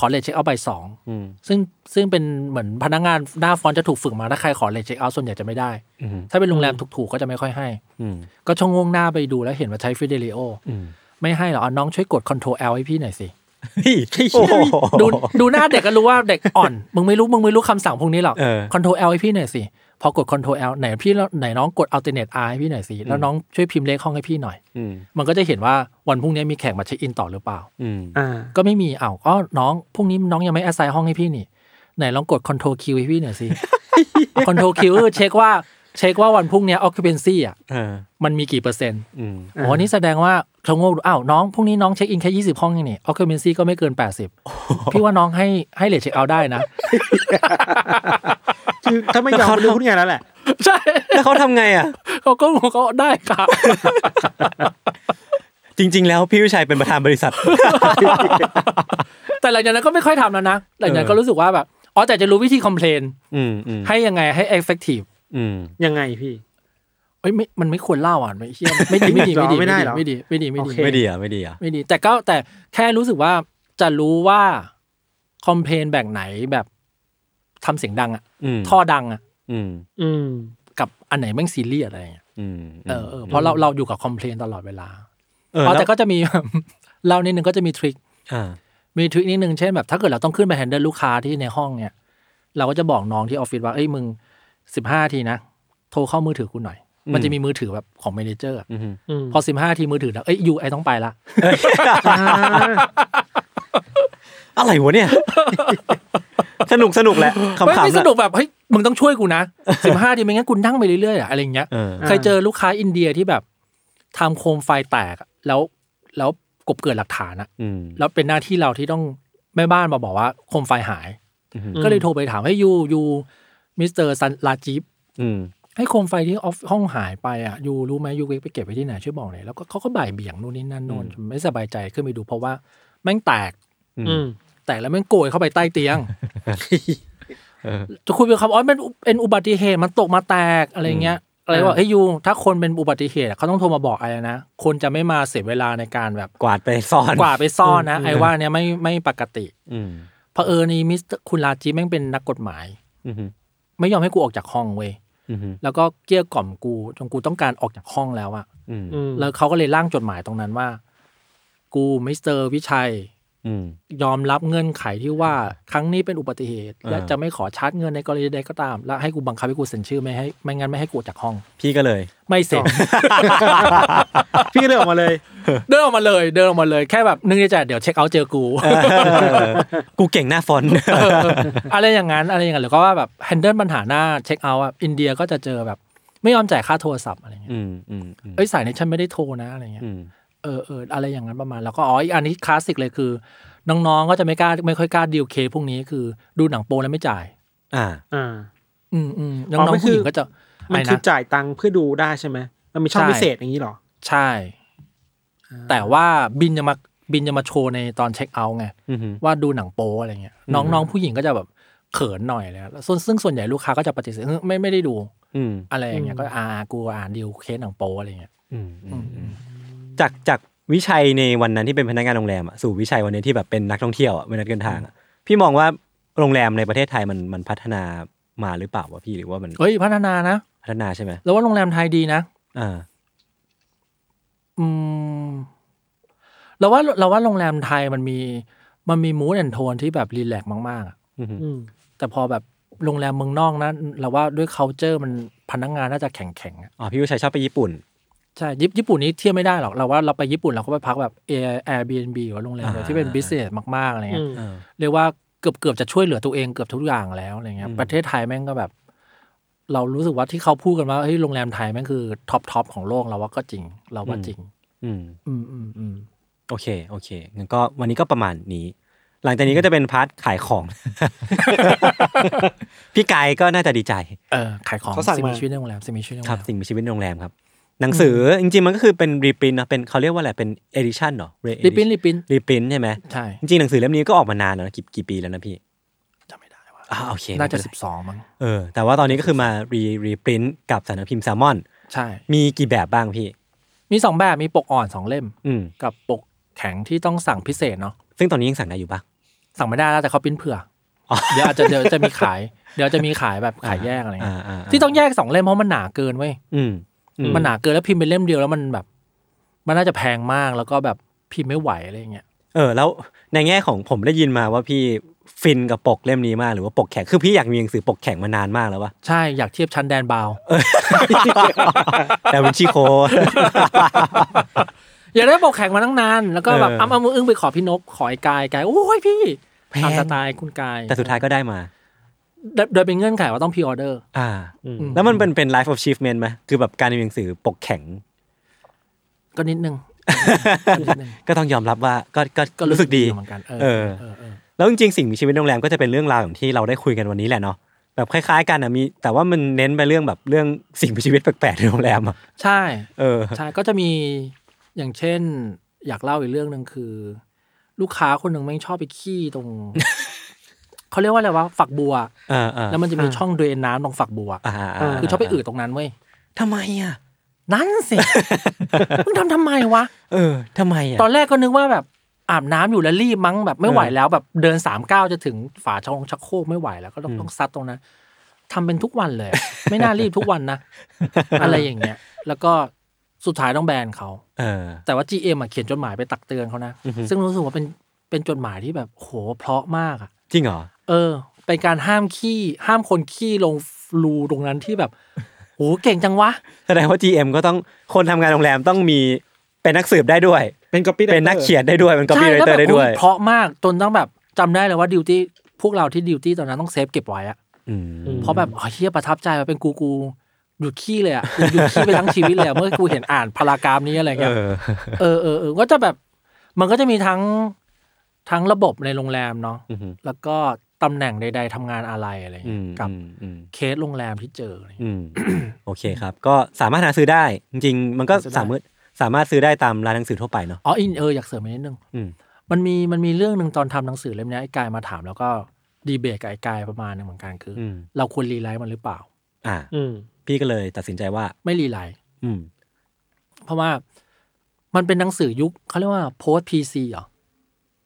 C: ขอเลทเช็คเอาท์บ่ายสอง
A: ม
C: ซึ่งซึ่งเป็นเหมือนพนักงานหน้าฟอนต์จะถูกฝึกมาถ้าใครขอเลทเช็คเอาท์ส่วนใหญ่จะไม่ได้
A: อืม
C: ถ้าเป็นโรงแรมถูกๆก็จะไม่ค่อยให้
A: อืม
C: ก็ชะงงหน้าไปดูแล้วเห็นว่าใช้ฟิเดลิโอ
A: อืม
C: ไม่ให้หรอกเอาน้องช่วยกด Ctrl L ให้พี่หน่อยสิ
A: เฮ้ยโอ้โห
C: ดูดูหน้าเด็กก็รู้ว่าเด็กอ่อน มึงไม่รู้มึงไม่รู้คำสั่งพวกนี้หรอก
A: เออ
C: Ctrl L ให้พี่หน่อยสิ พอกด Ctrl L ไหนพี่ไหนน้องกด Alternate R ให้พี่หน่อยสิแล้วน้องช่วยพิมพ์เลขห้องให้พี่หน่อย
A: อืม
C: มันก็จะเห็นว่าวันพรุ่งนี้มีแขกมาเช็คอินต่อหรือเปล่า
A: อืม
B: อ่า
C: ก็ไม่มีอ้าวอ๋อน้องพรุ่งนี้น้องยังไม่แอสไซน์ห้องให้พี่นี่ ไหนลองกด Ctrl Q ให้พี่หน่อยสิ Ctrl Q เช็คว่าเช็คว่าวันพรุ่งนี้ occupancy อ่ะ
A: เออ
C: มันมีกี่เปอร์เซ็นต์
A: อืม
C: โอ้โหนี่แสดงว่าชะโงกดูอ้าวน้องพรุ่งนี้น้องเช็คอินแค่ 20 ห้องเองนี่ occupancy ก็ไม่เกิน
B: [laughs]
C: 80 พี่ว่าน้องให้ให้เลทเช็คเอาได้นะ
B: คือถ้าไม่ยอมมันรู้ทุกอย่างแล้วแหละ
C: ใช่
A: แล้วเขาทำไงอ่ะ
C: เขาก็งงเขาได้ครับ
A: จริง ๆ แล้วพี่วิชัยเป็นประธานบริษัท
C: [laughs]
A: [laughs]
C: แต่หลังจากนั้นก็ไม่ค่อยทำแล้วนะหลังจากนั้นก็รู้สึกว่าแบบอ๋อแต่จะรู้วิธี complain
A: อืมอืม
C: ให้ยังไงให้ effective
A: อืม
B: ยังไงพี่
C: อ้ยไม่มันไม่ควรเล่าอ่ะไม่เชี่ยไม่ดีไม่ดีไม่
B: [laughs] หร
C: ดี
B: อไม่ได้เหรอ
C: ไม่ดีไม่ดีไม่ดี
B: โอเค
A: ไม่ดีอ่ะไม่ดีอ่ะ
C: ไม่ดี แต่ก็แต่แค่รู้สึกว่าจะรู้ว่าคอมเพลนแบบไหนแบบทำเสียงดังอ่ะ
A: อืม
C: ท่อดังอ่ะ
A: อืม
B: อืม
C: กับอันไหนแม่งซีเรียสอะไรอย่างเงี้ย
A: อืม
C: เออเออเพราะเราเราอยู่กับคอมเพลนตลอดเวลา
A: เออ
C: อ๋อ
A: ล้
C: แต่
A: ว
C: ก็จะมี เล่านิดนึงก็จะมีทริค
A: อ่า
C: มีทริคนิดนึงเช่นแบบถ้าเกิดเราต้องขึ้นไปแฮนเดิลลูกค้าที่ในห้องเนี่ย เราก็จะบอกน้องที่ออฟฟิศว่า เอ้ยมึงสิบห้าทีนะ โทรเข้ามือถือกูหน่อย มันจะมีมือถือแบบของเมเนเจอร์
A: อืม
B: อืม
C: พอสิบห้าทีมือถือแล้วเอ้ยยูไอต้องไปละ
A: [laughs] อะไรวะเนี่ย [laughs] สนุกสนุกแหละคำ
C: ไม่
A: ถาม
C: ไม่สนุกแบบเฮ้ยมึงต้องช่วยกูนะสิบห้าทีไม่งั้นกูนั่งไปเรื่อยๆอะอะไรอย่างเงี้ย
A: เออ
C: เคยเจอลูกค้าอินเดียที่แบบทำโคมไฟแตกอะแล้วแล้วกบเกิดหลักฐานอะ
A: อืม
C: แล้วเป็นหน้าที่เราที่ต้องแม่บ้านมาบอกว่าโคมไฟหาย ก็เลยโทรไปถามให้ยยูยูมิสเตอร์ซันลาจิบ
A: อืม
C: ให้โคมไฟที่ออฟห้องหายไปอ่ะยูรู้ไหมยูเวกไปเก็บไว้ที่ไหนช่วยบอกหน่อยแล้วก็เขาก็บ่ายเบี่ยงนู่นนี่นั่นโน่นไม่สบายใจขึ้นไปดูเพราะว่าแม่งแตก
B: อืม
C: แตกแล้วแม่งโกยเข้าไปใต้เตียง
A: เออ
C: จะคุยเป็นคำอ๋อเป็นเป็นอุบัติเหตุมันตกมาแตกอะไรเงี้ยอะไรว่าเฮ้ยยูถ้าคนเป็นอุบัติเหตุอะเขาต้องโทรมาบอกไอ้นะ คนจะไม่มาเสียเวลาในการแบบ
A: กวาดไปซ่อน
C: กว่าดไปซ่อนนะ
B: อืม
C: ไอ้ว่าเนี่ยไม่ไม่ปกติ
A: อืม
C: เพราะเออนี่มิสเตอร์คุณลาจีแม่งเป็นนักกฎหมาย
A: อืม
C: ไม่ยอมให้กูออกจากห้องเว้ย
A: อืม
C: แล้วก็เกลี้ยกล่อมกูจนกูต้องการออกจากห้องแล้วอะ
A: อืม
B: อืม
C: แล้วเขาก็เลยร่างจดหมายตรงนั้นว่า กูมิสเตอร์วิชัย
A: อืม
C: ยอมรับเงื่อนไขที่ว่าครั้งนี้เป็นอุบัติเหตุ
A: อ่า
C: และจะไม่ขอชาร์จเงินในกรณีใดก็ตาม และให้กูบังคับให้กูเซ็นชื่อไม่ให้ไม่งั้นไม่ให้กูออกจากห้อง
A: พี่ก็เลย
C: ไม่เซ็น
B: พี่ก็เลยออกมาเลย
C: เดินออก [laughs] มาเลยเดินออกมาเลยแค่แบบนึกในใจเดี๋ยวเช็คเอาท์เจอกู [laughs]
A: กูเก่งหน้าฟอนต์
C: อะไรอย่างนั้นอะไรอย่างนั้นหรือก็ว่าแบบแฮนเดิลปัญหาหน้าเช็คเอาท์อ่ะอินเดียก็จะเจอแบบ ไม่ยอมจ่ายค่าโทรศัพท์อะไรเงี้ย
A: อืมอืมอืม
C: เอ้ยสายนี้ฉันไม่ได้โทรนะอะไรเงี้ย
A: อืม
C: เออเอออะไรอย่างนั้นประมาณ แล้วก็อ๋ออีกอันนี้คลาสสิกเลยคือ น้องๆก็จะไม่กล้าไม่ค่อยกล้าดีลเคสพวกนี้คือดูหนังโปแล้วไม่จ่าย
A: อ่า
B: อ่า
C: อืมอืมน้
B: อ๋
C: อ
B: อง มันคือ
C: ๆผู้หญิงก็จะ
B: มันคือ
C: ไนะ
B: จ่ายตังค์เพื่อดูได้ใช่ไหมมันมีช่อง
C: ใช่
B: พิเศษอย่างนี้เหรอ
C: ใช่ แต่ว่าบินจะมาบินจะมาโชว์ในตอนเช็คเอาท์ไง
A: อืม
C: ว่าดูหนังโปอะไรเงี้ยน้องๆผู้หญิงก็จะแบบเขินหน่อยเลยแล้วส่วนซึ่งส่วนใหญ่ลูกค้าก็จะปฏิเสธเออไม่ไม่ได้ดู
A: อืม
C: อะไรอย่างเงี้ย
B: อืม
C: ก็อากูอ่านดีลเคสหนังโปอะไรเงี้ย
A: อืมอื
C: อื
A: ม
C: มอืม
A: จากจากวิชัยในวันนั้นที่เป็นพนักงานโรงแรมอะสู่วิชัยวันนี้ที่แบบเป็นนักท่องเที่ยวอะเป็นนักเดินทางอะพี่มองว่าโรงแรมในประเทศไทยมันมันพัฒนามาหรือเปล่าวะพี่หรือว่ามัน
C: เฮ้ยพัฒนานะ
A: พัฒนาใช่ไหม
C: แล้วว่าโรงแรมไทยดีนะ
A: อ่า
C: อืมเราว่าเราว่าโรงแรมไทยมันมีมันมีมูดแอนโทนที่แบบรีแลกซ์มากๆอะ
A: อืม
B: อืม
C: แต่พอแบบโรงแรมเมืองนอกนะเราว่าด้วย c u เจอร์มันพนักงานน่าจะแข็งแข็งๆอะ
A: อ๋อพี่วิชัยชอบไปญี่ปุ่น
C: ใช่ญี่ญี่ปุ่นนี้เทียบไม่ได้หรอก เราว่าเราไปญี่ปุ่นเราก็ไปพักแบบ Air Airbnb หรือว่าโรงแรมแบบ
A: อ่า
C: ที่เป็นบิสเนสมากๆอะไรเงี้ย
B: อืม
A: เออ
C: เรียกว่าเกือบเกือบจะช่วยเหลือตัวเองเกือบทุกอย่างแล้วอะไรเงี้ย
A: อืม
C: ประเทศไทยแม่งก็แบบ เรารู้สึกว่าที่เขาพูดกันว่าเฮ้ยโรงแรมไทยแม่งคือท็อปทอปของโลกเราว่าก็จริง เราว่าจริง
A: อืม
C: อืมอืมอืม
A: โอเค โอเค งั้นก็วันนี้ก็ประมาณนี้ หลังจากนี้ก็จะเป็นพาร์ทขายของ [laughs] พี่กายก็น่าจะดีใจ
C: เออขายของ
B: เขาสั่ง
C: สิ่ง
B: มา
C: มีชีวิตในโรงแรมสิ่งมีชีวิตในโรง
A: ค
C: แร
A: รับ
C: ม
A: สิ่งมีชีวิตในโรงแรมครับ หนังสือจริงๆ มันก็คือเป็นรีปรินนะเป็นเขาเรียกว่าอะไรเป็นเอดิชันเหรอ
C: ลิปปินลิปปิน
A: รีปรินใช่ไหม
C: ใช่
A: จริงๆ หนังสือเล่มนี้ก็ออกมานานแล้วนะกี่กี่ปีแล้วนะพี่
C: จำไม่ได้ว่า
A: อ่าโอเค
C: น่าจะ
A: ไม่เป็
C: สิ
A: ไร
C: บสองมั้ง
A: เออแต่ว่าตอนนี้ก็คือมารีรีปรินกับสำนักพิมพ์แซลมอน
C: ใช่
A: มีกี่แบบบ้างพี่
C: มีสองแบบมีปกอ่อนสองเล่ม
A: อืม
C: กับปกแข็งที่ต้องสั่งพิเศษเนาะ
A: ซึ่งตอนนี้ยังสั่งได้อยู่ปะ
C: สั่งไม่ได้แล้วแต่เขาปริ้นเผื่ออ
A: อ
C: เดี๋ยวอาจจะเดี๋ยวจะมีขาย เดี๋ยวจะมีขายแบบขายแยกอะไร
A: อ่า
C: เงี้ย
A: อ่า
C: ที่ต้องแยกสองเล่มเพราะมันหนาเกินเว้ย
A: อืมอื
C: มันหนาเกินแล้วพิมพ์เป็นเล่มเดียวแล้วมันแบบ มันน่าจะแพงมากแล้วก็แบบพิมพ์ไม่ไหวอะไรเงี้ย
A: เออ แล้วในแง่ของผมได้ยินมาว่าพี่ฟินกับปกเล่มนี้มากหรือว่าปกแข็งคือพี่อยากมีหนังสือปกแข็งมานานมากแล้ววะ [laughs]
C: ใช่อยากเทียบชั้นแดนบาว
A: แต่วินชิโค
C: อยากได้ปกแข็งมาตั้งนานแล้วก็แบบ
A: เออ
C: อ้ำอ้ำอึ้งๆไปขอพี่นกขอไอ้กายกายโอ้ยพี่
A: แพ
C: ตาม
A: ง
C: สไตล์คุณกาย
A: [laughs] แต่สุดท้ายก็ได้มา
C: โดยโดยเป็นเงื่อนไขว่าต้องพ r ออเดอร์
A: อ่า
B: อืม
A: แล้วมันเป็นเป็น life of achievement ไหมคือแบบการมีหนังสือปกแข็ง
C: ก็นิดนึงก็นิดนึง
A: ก็ต้องยอมรับว่าก็ก็ก็รู้สึกดี
C: เหมือนกันเออ
A: เออ
C: เออเออ
A: แล้วจริงๆ สิ่งมีชีวิตในโรงแรมก็จะเป็นเรื่องราวอย่างที่เราได้คุยกันวันนี้แหละเนาะแบบคล้ายๆกันอะมี แต่ว่ามันเน้นไปเรื่องแบบเรื่องสิ่งมีชีวิตแปลกๆในโรงแรมอะ
C: ใช่
A: เออ
C: [laughs] ใช่ก็จะมีอย่างเช่น อยากเล่าอีกเรื่องหนึ่งคือ ลูกค้าคนหนึ่งแม่งชอบไปขี้ตรง
A: [laughs]
C: เขาเรียกว่าอะไรวะฝักบัว
A: อ่าอ่า
C: แล้วมันจะมี
B: อ่า
C: ช่องเดรนน้ำตรงฝักบัว
A: อ่า
C: คือชอบไปอืดตรงนั้นเว้ย
A: ทำไมอ่ะ
C: นั่นสิ มึงทำทำไมวะ
A: เออทำไมอ่ะ
C: ตอนแรกก็นึกว่าแบบอาบน้ำอยู่แล้วรีบมั้งแบบไม่ไหว
A: เออ
C: แล้วแบบเดินสามก้าวจะถึงฝาช่องชักโครกไม่ไหวแล้วก็ต้อง
A: อืม
C: ต้องซัดตรงนั้นทำเป็นทุกวันเลย ไม่น่ารีบทุกวันนะ อะไรอย่างเงี้ย แล้วก็สุดท้ายต้องแบนเขา
A: เออ
C: แต่ว่า GM อะเขียนจดหมายไปตักเตือนเขานะ
A: อือฮึ
C: ซึ่งรู้สึกว่าเป็นเป็นจดหมายที่แบบโหเพราะมากอะ
A: จริงเหรอ
C: เออ เป็นการห้ามขี้ห้ามคนขี้ลงรูตรงนั้นที่แบบโหเก่งจังวะ
A: แสดงว่า GM ก็ต้องคนทำงานโรงแรมต้องมีเป็นนักสืบได้ด้วย
B: เป็นก๊อปปี้
A: เป็นนักเขียนได้ด้วยเป็นก็ปีไรเตอ
C: แบ
A: ร์ได้
C: บ
A: ด้วย
C: โอ้เพราะมากจนต้องแบบจำได้เลยว่าดิวตี้พวกเราที่ดิวตี้ตอนนั้นต้องเซฟเก็บไว้อะ
A: อืม
C: เพราะแบบอ๋อเฮียประทับใจมาเป็นกูกูหยุดขี้เลยอะกูหยุดขี้ไปทั้งชีวิตเลยอะเมื่อกูเห็นอ่านพารากราฟนี้อะไร
A: เอ
C: เงี้ย
A: อ
C: เออเออเออก็จะแบบมันก็จะมีทั้งทั้งระบบในโรงแรมเนาะ
A: อือฮึ
C: แล้วก็ตำแหน่งใด ๆทำงานอะไรอะไร
A: อื
C: เงี้
A: ม
C: ยกับ
A: อืมอืม
C: เคสโรงแรมที่เจออะไรเงี้ย
A: อืม โอเคครับ ก็สามารถหาซื้อได้ จริงๆ มันก็
C: หาซื้อได้
A: สามารถสามารถซื้อได้ตามร้านหนังสือทั่วไปเนาะ
C: อ๋ออินเอออยากเสริมอีกนิดนึง
A: อืม
C: มันมีมันมีเรื่องหนึ่งตอนทำหนังสือเล่มเนี้ยไอ้กายมาถามแล้วก็ดีเบตกับไอ้กายประมาณหนึงเหมือนกันคืออ
A: อืม
C: เราควรรีไลท์มันหรือเปล่า
A: อ่า
B: อืม
A: พี่ก็เลยตัดสินใจว่า
C: ไม่รีไลท์
A: อืม
C: เพราะว่ามันเป็นหนังสือยุคเขาเรียกว่าโพสพีซีเหรอ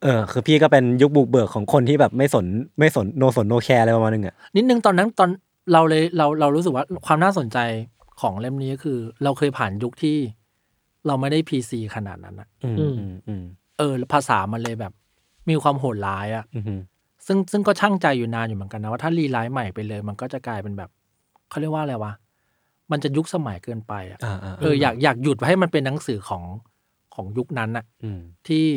A: เออ คือพี่ก็เป็นยุคบุกเบิกของคนที่แบบไม่สนไม่สนโนสนโนแคร์อะไรประมาณนึงอ่ะ
C: นิดนึงตอนนั้นตอนเราเลยเราเรารู้สึกว่าความน่าสนใจของเล่มนี้ก็คือ เราเคยผ่านยุคที่เราไม่ได้พีซีขนาดนั้นอะ
A: อืม
B: อื
A: อื
B: ม
A: มอืม
C: เออภาษามันเลยแบบ มีความโหดร้ายอะ
A: อืม
C: ซึ่งซึ่งก็ช่างใจอยู่นานอยู่เหมือนกันนะว่าถ้ารีไลท์ใหม่ไปเลย มันก็จะกลายเป็นแบบเขาเรียกว่าอะไรวะมันจะยุคสมัยเกินไปอะ
A: อ่าอ่า
C: เอออยากอยากหยุดให้มันเป็นหนังสือของของยุคนั้นอะ
A: อืม
C: ที่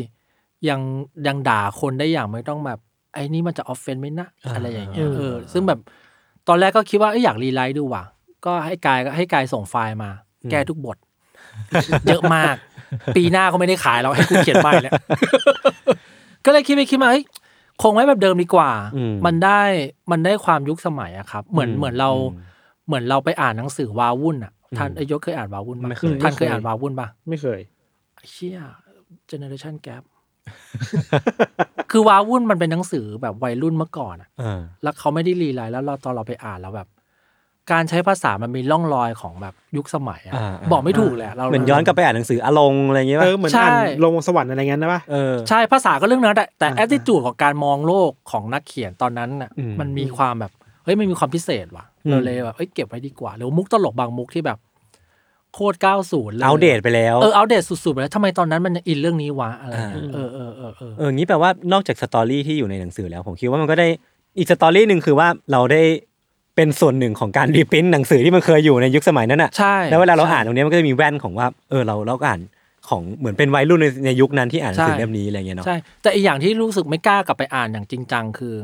C: ยังยังด่าคนได้อย่างไม่ต้องแบบ ไอ้นี่มันจะออฟเฟนไหมนะอะไรอย่างเงี้ยเออซึ่งแบบตอนแรกก็คิดว่าเอ้ยอยากรีไลท์ดูว่ะ ก็ให้กายก็ให้กายส่งไฟล์มา แก้ทุกบ [laughs] ท เยอะมาก ปีหน้าก็ไม่ได้ขายแล้วให้กูเขียน [laughs] ใหม่แล้ว ก็เลยคิดไปคิดมาเอ้ยคงไว้แบบเดิมดีกว่า มันได้มันได้ความยุคสมัยอะครับ เหมือนเหมือนเรา เหมือนเราไปอ่านหนังสือวาวุ่นอะท่านเอ้ยยศเคยอ่านวาวุ่นปะ
B: เคย
C: ท่านเคยอ่านวาวุ่นปะ
B: ไม่เคย
C: เชี่ยเจเนอเรชันแกร [laughs] คือว้าวุ่นมันเป็นหนังสือแบบวัยรุ่นเมื่อก่อนอะ
A: เออ
C: แล้วเขาไม่ได้รีไลน์แล้วเราตอนเราไปอ่านแล้วแบบ การใช้ภาษามันมีร่องรอยของแบบยุคสมัยอะ
A: อ่าๆ
C: บอกไม่ถูกเลยะเรา
A: เหมือนย้อนกลับไปอ่านหนังสืออารมณ์อะไรอย่างเงี้ย
B: เอ
A: ป่ะ
B: อเหมือนอ่านลงสวรรค์อะไรเงี้ยนะป่ะ
A: เออ
C: ใช่ภาษาก็เรื่องนั้นแต่แต่แอ i ิจูดของการมองโลกของนักเขียนตอนนั้นน่ะ
A: อืม
C: มันมีความแบบเฮ้ยมันมีความพิเศษว่ะเราเลยแบบเอ้ยเก็บไว้ดีกว่าหรือมุกตลกบางมุกที่แบบ โคตรก้าวสูน
A: เอาเดตไปแล้ว
C: เอออัปเดตสุดๆไปแล้วทำไมตอนนั้นมันยังอินเรื่องนี้วะอะไรเงี้ย
A: อ่า
C: เออเออเออเออ
A: เอองี้แปลว่านอกจากสตอรี่ที่อยู่ในหนังสือแล้ว ผมคิดว่ามันก็ได้อีกสตอรี่หนึ่งคือว่าเราได้เป็นส่วนหนึ่งของการรีพิมพ์หนังสือที่มันเคยอยู่ในยุคสมัยนั้นอ่ะ
C: ใช่
A: แล้วเวลาเรา
C: ใช่
A: อ่านตรงเนี้ยมันก็จะมีแว่นของว่าเออเราเราก็อ่านของเหมือนเป็นวัยรุ่นในในยุคนั้นที่อ่านหนังสือ
C: ใช่
A: เล่มนี้อะไรเงี้ยเนาะ
C: ใช่ แต่อีกอย่างที่รู้สึกไม่กล้ากลับไปอ่านอย่างจริงจังคือ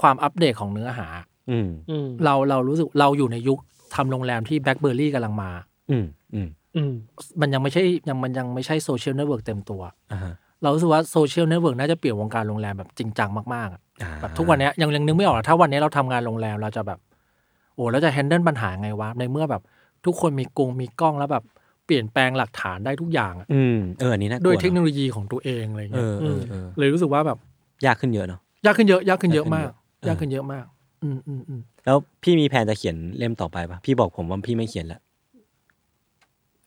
C: ความอัปเดตของเนื้อหา
A: อืม
B: อืม
C: เราเรารู้สึกเราอยู่ในยุคทำโรงแรมที่แบล็คเบอร์รี่กำลังมา
A: อืมอืม
B: อืม
C: มันยังไม่ใช่ยังมันยังไม่ใช่โซเชียลเน็ตเวิร์กเต็มตัว
A: อ่าฮะ
C: เรารู้สึกว่าโซเชียลเน็ตเวิร์กน่าจะเปลี่ยนวงการโรงแรมแบบจริงจังมากๆอะ
A: อ่า
C: แบบทุกวันเนี้ยยังยังนึกไม่ออกหรอกถ้าวันนี้เราทำงานโรงแรมเราจะแบบโอ้เราจะแฮนเดิลปัญหาไงวะในเมื่อแบบทุกคนมีกรงมีกล้องแล้วแบบเปลี่ยนแปลงหลักฐานได้ทุกอย่างอะ
A: อืมเอออันนี้น่ากลัว
C: ด้วยเทคโน
A: อะ
C: โลยีของตัวเองอะไร
A: เอ
C: เงี้ย
A: อเออเออ
C: เลยรู้สึกว่าแบบ
A: ยากขึ้นเยอะเนาะ
C: ยากขึ้นเยอะยากขึ้นเยอะมาย
A: าก กขึ้นเยอะ
C: ยากขึ้นเยอะมาก อืมอืมอืม
A: แล้วพี่มีแผนจะเขียนเล่มต่อไปปะพี่บอกผมว่าพี่ไม่เขียนละ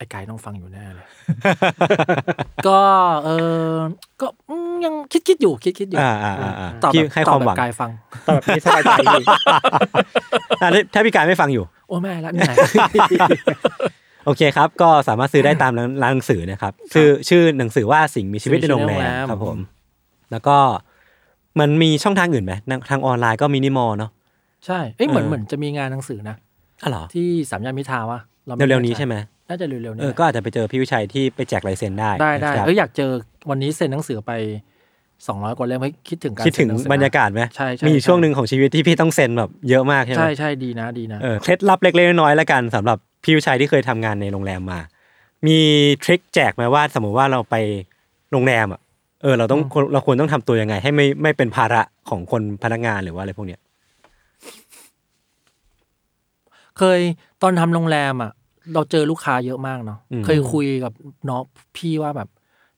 C: ไอ้กายต้องฟังอยู่แน่เลย ก็เออก็อืมยังคิดคิดอยู่คิดคิดอยู่
A: อ่าอ่าอ่าอ่า
C: ตอบ
A: พี่
C: แบบ
A: ให้
C: ต
A: ควา
C: อบ
A: ม
C: แบ
A: หวัง
C: บกายฟัง
B: ตอบไม่สบายใจดี
A: อ่ะถ้าถ้าพี่กายไม่ฟังอยู่
C: โอ้แม่ละ
A: [laughs]
C: เหนื่อย
A: โอเคครับ ก็สามารถซื้อได้ตามร้านร้านหนังสือนะครับชื่อชื่อหนังสือว่าสิ่งมีชีวิตในโรงแร
C: สิ่งมีชีวิตในโรง
A: ม
C: แรม
A: ครับผม แล้วก็มันมีช่องทางอื่นไหมทางออนไลน์ก็มินิมอลเนาะ
C: ใช่เอ้ยเหมือน
A: เออ
C: เหมือนจะมีงานหนังสือนะ
A: อ๋อเหรอ
C: ที่สามย่านมิตรทาวะาไม่
A: เร็วๆนี้ใช่ไหม
C: น่าจะเร็วๆนี้
A: เออก็อาจจะไปเจอพี่วิชัยที่ไปแจกลายเซ็นได้
C: ได้ได้
A: นะครับ
C: เอออยากเจอวันนี้เซ็นหนังสือไปสองร้อยกว่าเล่มให้ยคิดถึงการ
A: คิดถึง
C: เซ็นหนัสือบ
A: รรยากาศไหม
C: ใช่ใ
A: มีอยู่ช่วงหนึ่งของชีวิตที่พี่ต้องเซ็นแบบเยอะมากใช่ไหม
C: ใช่ใช่ดีนะดีนะ
A: เออเคล็ดลับเล็กๆน้อยๆแล้วกันสำหรับพี่วิชัยที่เคยทำงานในโรงแรมมา มีทริคแจกไหมว่าสมมติว่าเราไปโรงแรมอ่ะเออเราต้องเราควรต้องทำตัวยังไง ให้ไม่ไม่เป็นภาระของคนพนักงานหรือว่าอะไรพวกเนี้ย
C: เคยตอนทำโรงแรมอ่ะ เราเจอลูกค้าเยอะมากเนาะ
A: อืม
C: เคยคุยกับน้องพี่ว่าแบบ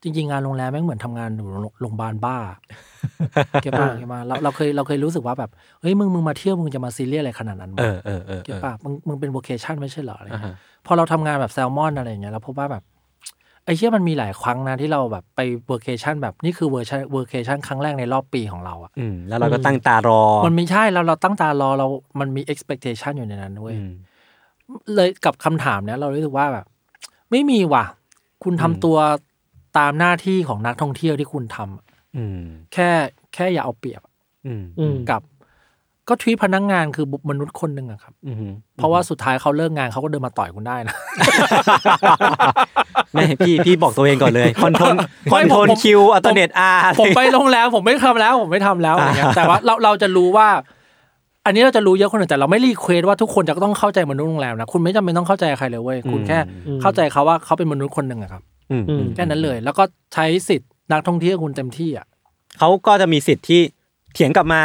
C: จริงๆงานโรงแรมแม่งเหมือนทำงานอยู่โรงพยาบาลบ้าเก็บป่ะ
A: [laughs]
C: เก็บมาเราเราเคยเราเคยรู้สึกว่าแบบเฮ้ยมึงมึงมาเที่ยวมึงจะมาซีเรียสอะไรขนาดนั้นวะ
A: เออเออเออ
C: เก็บป่ะมึงมึงเป็นว c เคชั่นไม่ใช่เหรออะไร
A: อ่า
C: เงี้ย
A: ฮะ
C: พอเราทำงานแบบแซลมอนอะไรอย่างเงี้ยเราพบว่าแบบไอ้เชี่ยมันมีหลายครั้งนะที่เราแบบไปว c เคชั่นแบบนี่คือเวอร์ชันวอร์เคชั่นครั้งแรกในรอบปีของเราอะ
A: อืมแล้วเราก็ตั้งตารอ
C: มันไม่ใช่เราเราตั้งตารอเรา มันมี expectation อยู่ในนั้นด้วย
A: อืม
C: เลยกับคำถามเนี้ยเรารู้สึกว่าแบบ ไม่มีว่ะ คุณทำ
A: อืม
C: ตัวตามหน้าที่ของนักท่องเที่ยวที่คุณทำ
A: อืม
C: แค่แค่อย่าเอาเปรียบ
A: อืม
B: อืม
C: กับ ก็ทวีตพนักงานคือบุคมนุษย์คนหนึ่งอะครับ
A: อืม
C: เพราะว่าสุดท้ายเขาเลิกงานเขาก็เดินมาต่อยคุณได้นะ
A: ไม่พี่พี่บอกตัวเองก่อน
C: [laughs]
A: เลยคอนโทรลค
C: ไม่
A: อนโทรล
C: ผมผม
A: คิวอัลเทอร์เนตอาร์
C: ผมไปโรงแรมผมไม่ทำแล้ว ผมไม่ทำแล้วอะไรเงี้ย
A: อ่า
C: แต่ว่าเราเราจะรู้ว่า อันนี้เราจะรู้เยอะคนหนึ่งแต่เราไม่รีเควสว่าทุกคนจะต้องเข้าใจมนุษย์โรงแรมนะคุณไม่จำเป็นต้องเข้าใจใครเลยเว้ยคุณแค่ เข้าใจเขาว่าเขาเป็นมนุษย์คนหนึ่งอะครับ
A: อืม
B: อืม
C: แค่นั้นเลย แล้วก็ใช้สิทธิ์นักท่องเที่ยวคุณเต็มที่อ่ะ
A: เขาก็จะมีสิทธิ์ที่เถียงกลับมา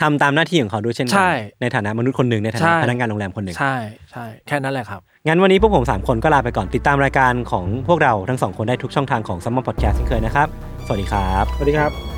A: ทำตามหน้าที่ของเขาด้วยเช่นกั
C: ใช่
A: ในฐานะมนุษย์คนหนึ่งในฐา
C: ใช่
A: นะพนักงานโรงแรมคนหนึ่ง
C: ใช่ใช่แค่นั้นแหละครับ
A: งั้นวันนี้พวกผม 3 คนก็ลาไปก่อนติดตามรายการของพวกเราทั้ง 2 คนได้ทุกช่องทางของ s ัมมอนพอดแคสต์เช่นเคยนะครับ สวัสดีครับ
B: สวัสดีครับ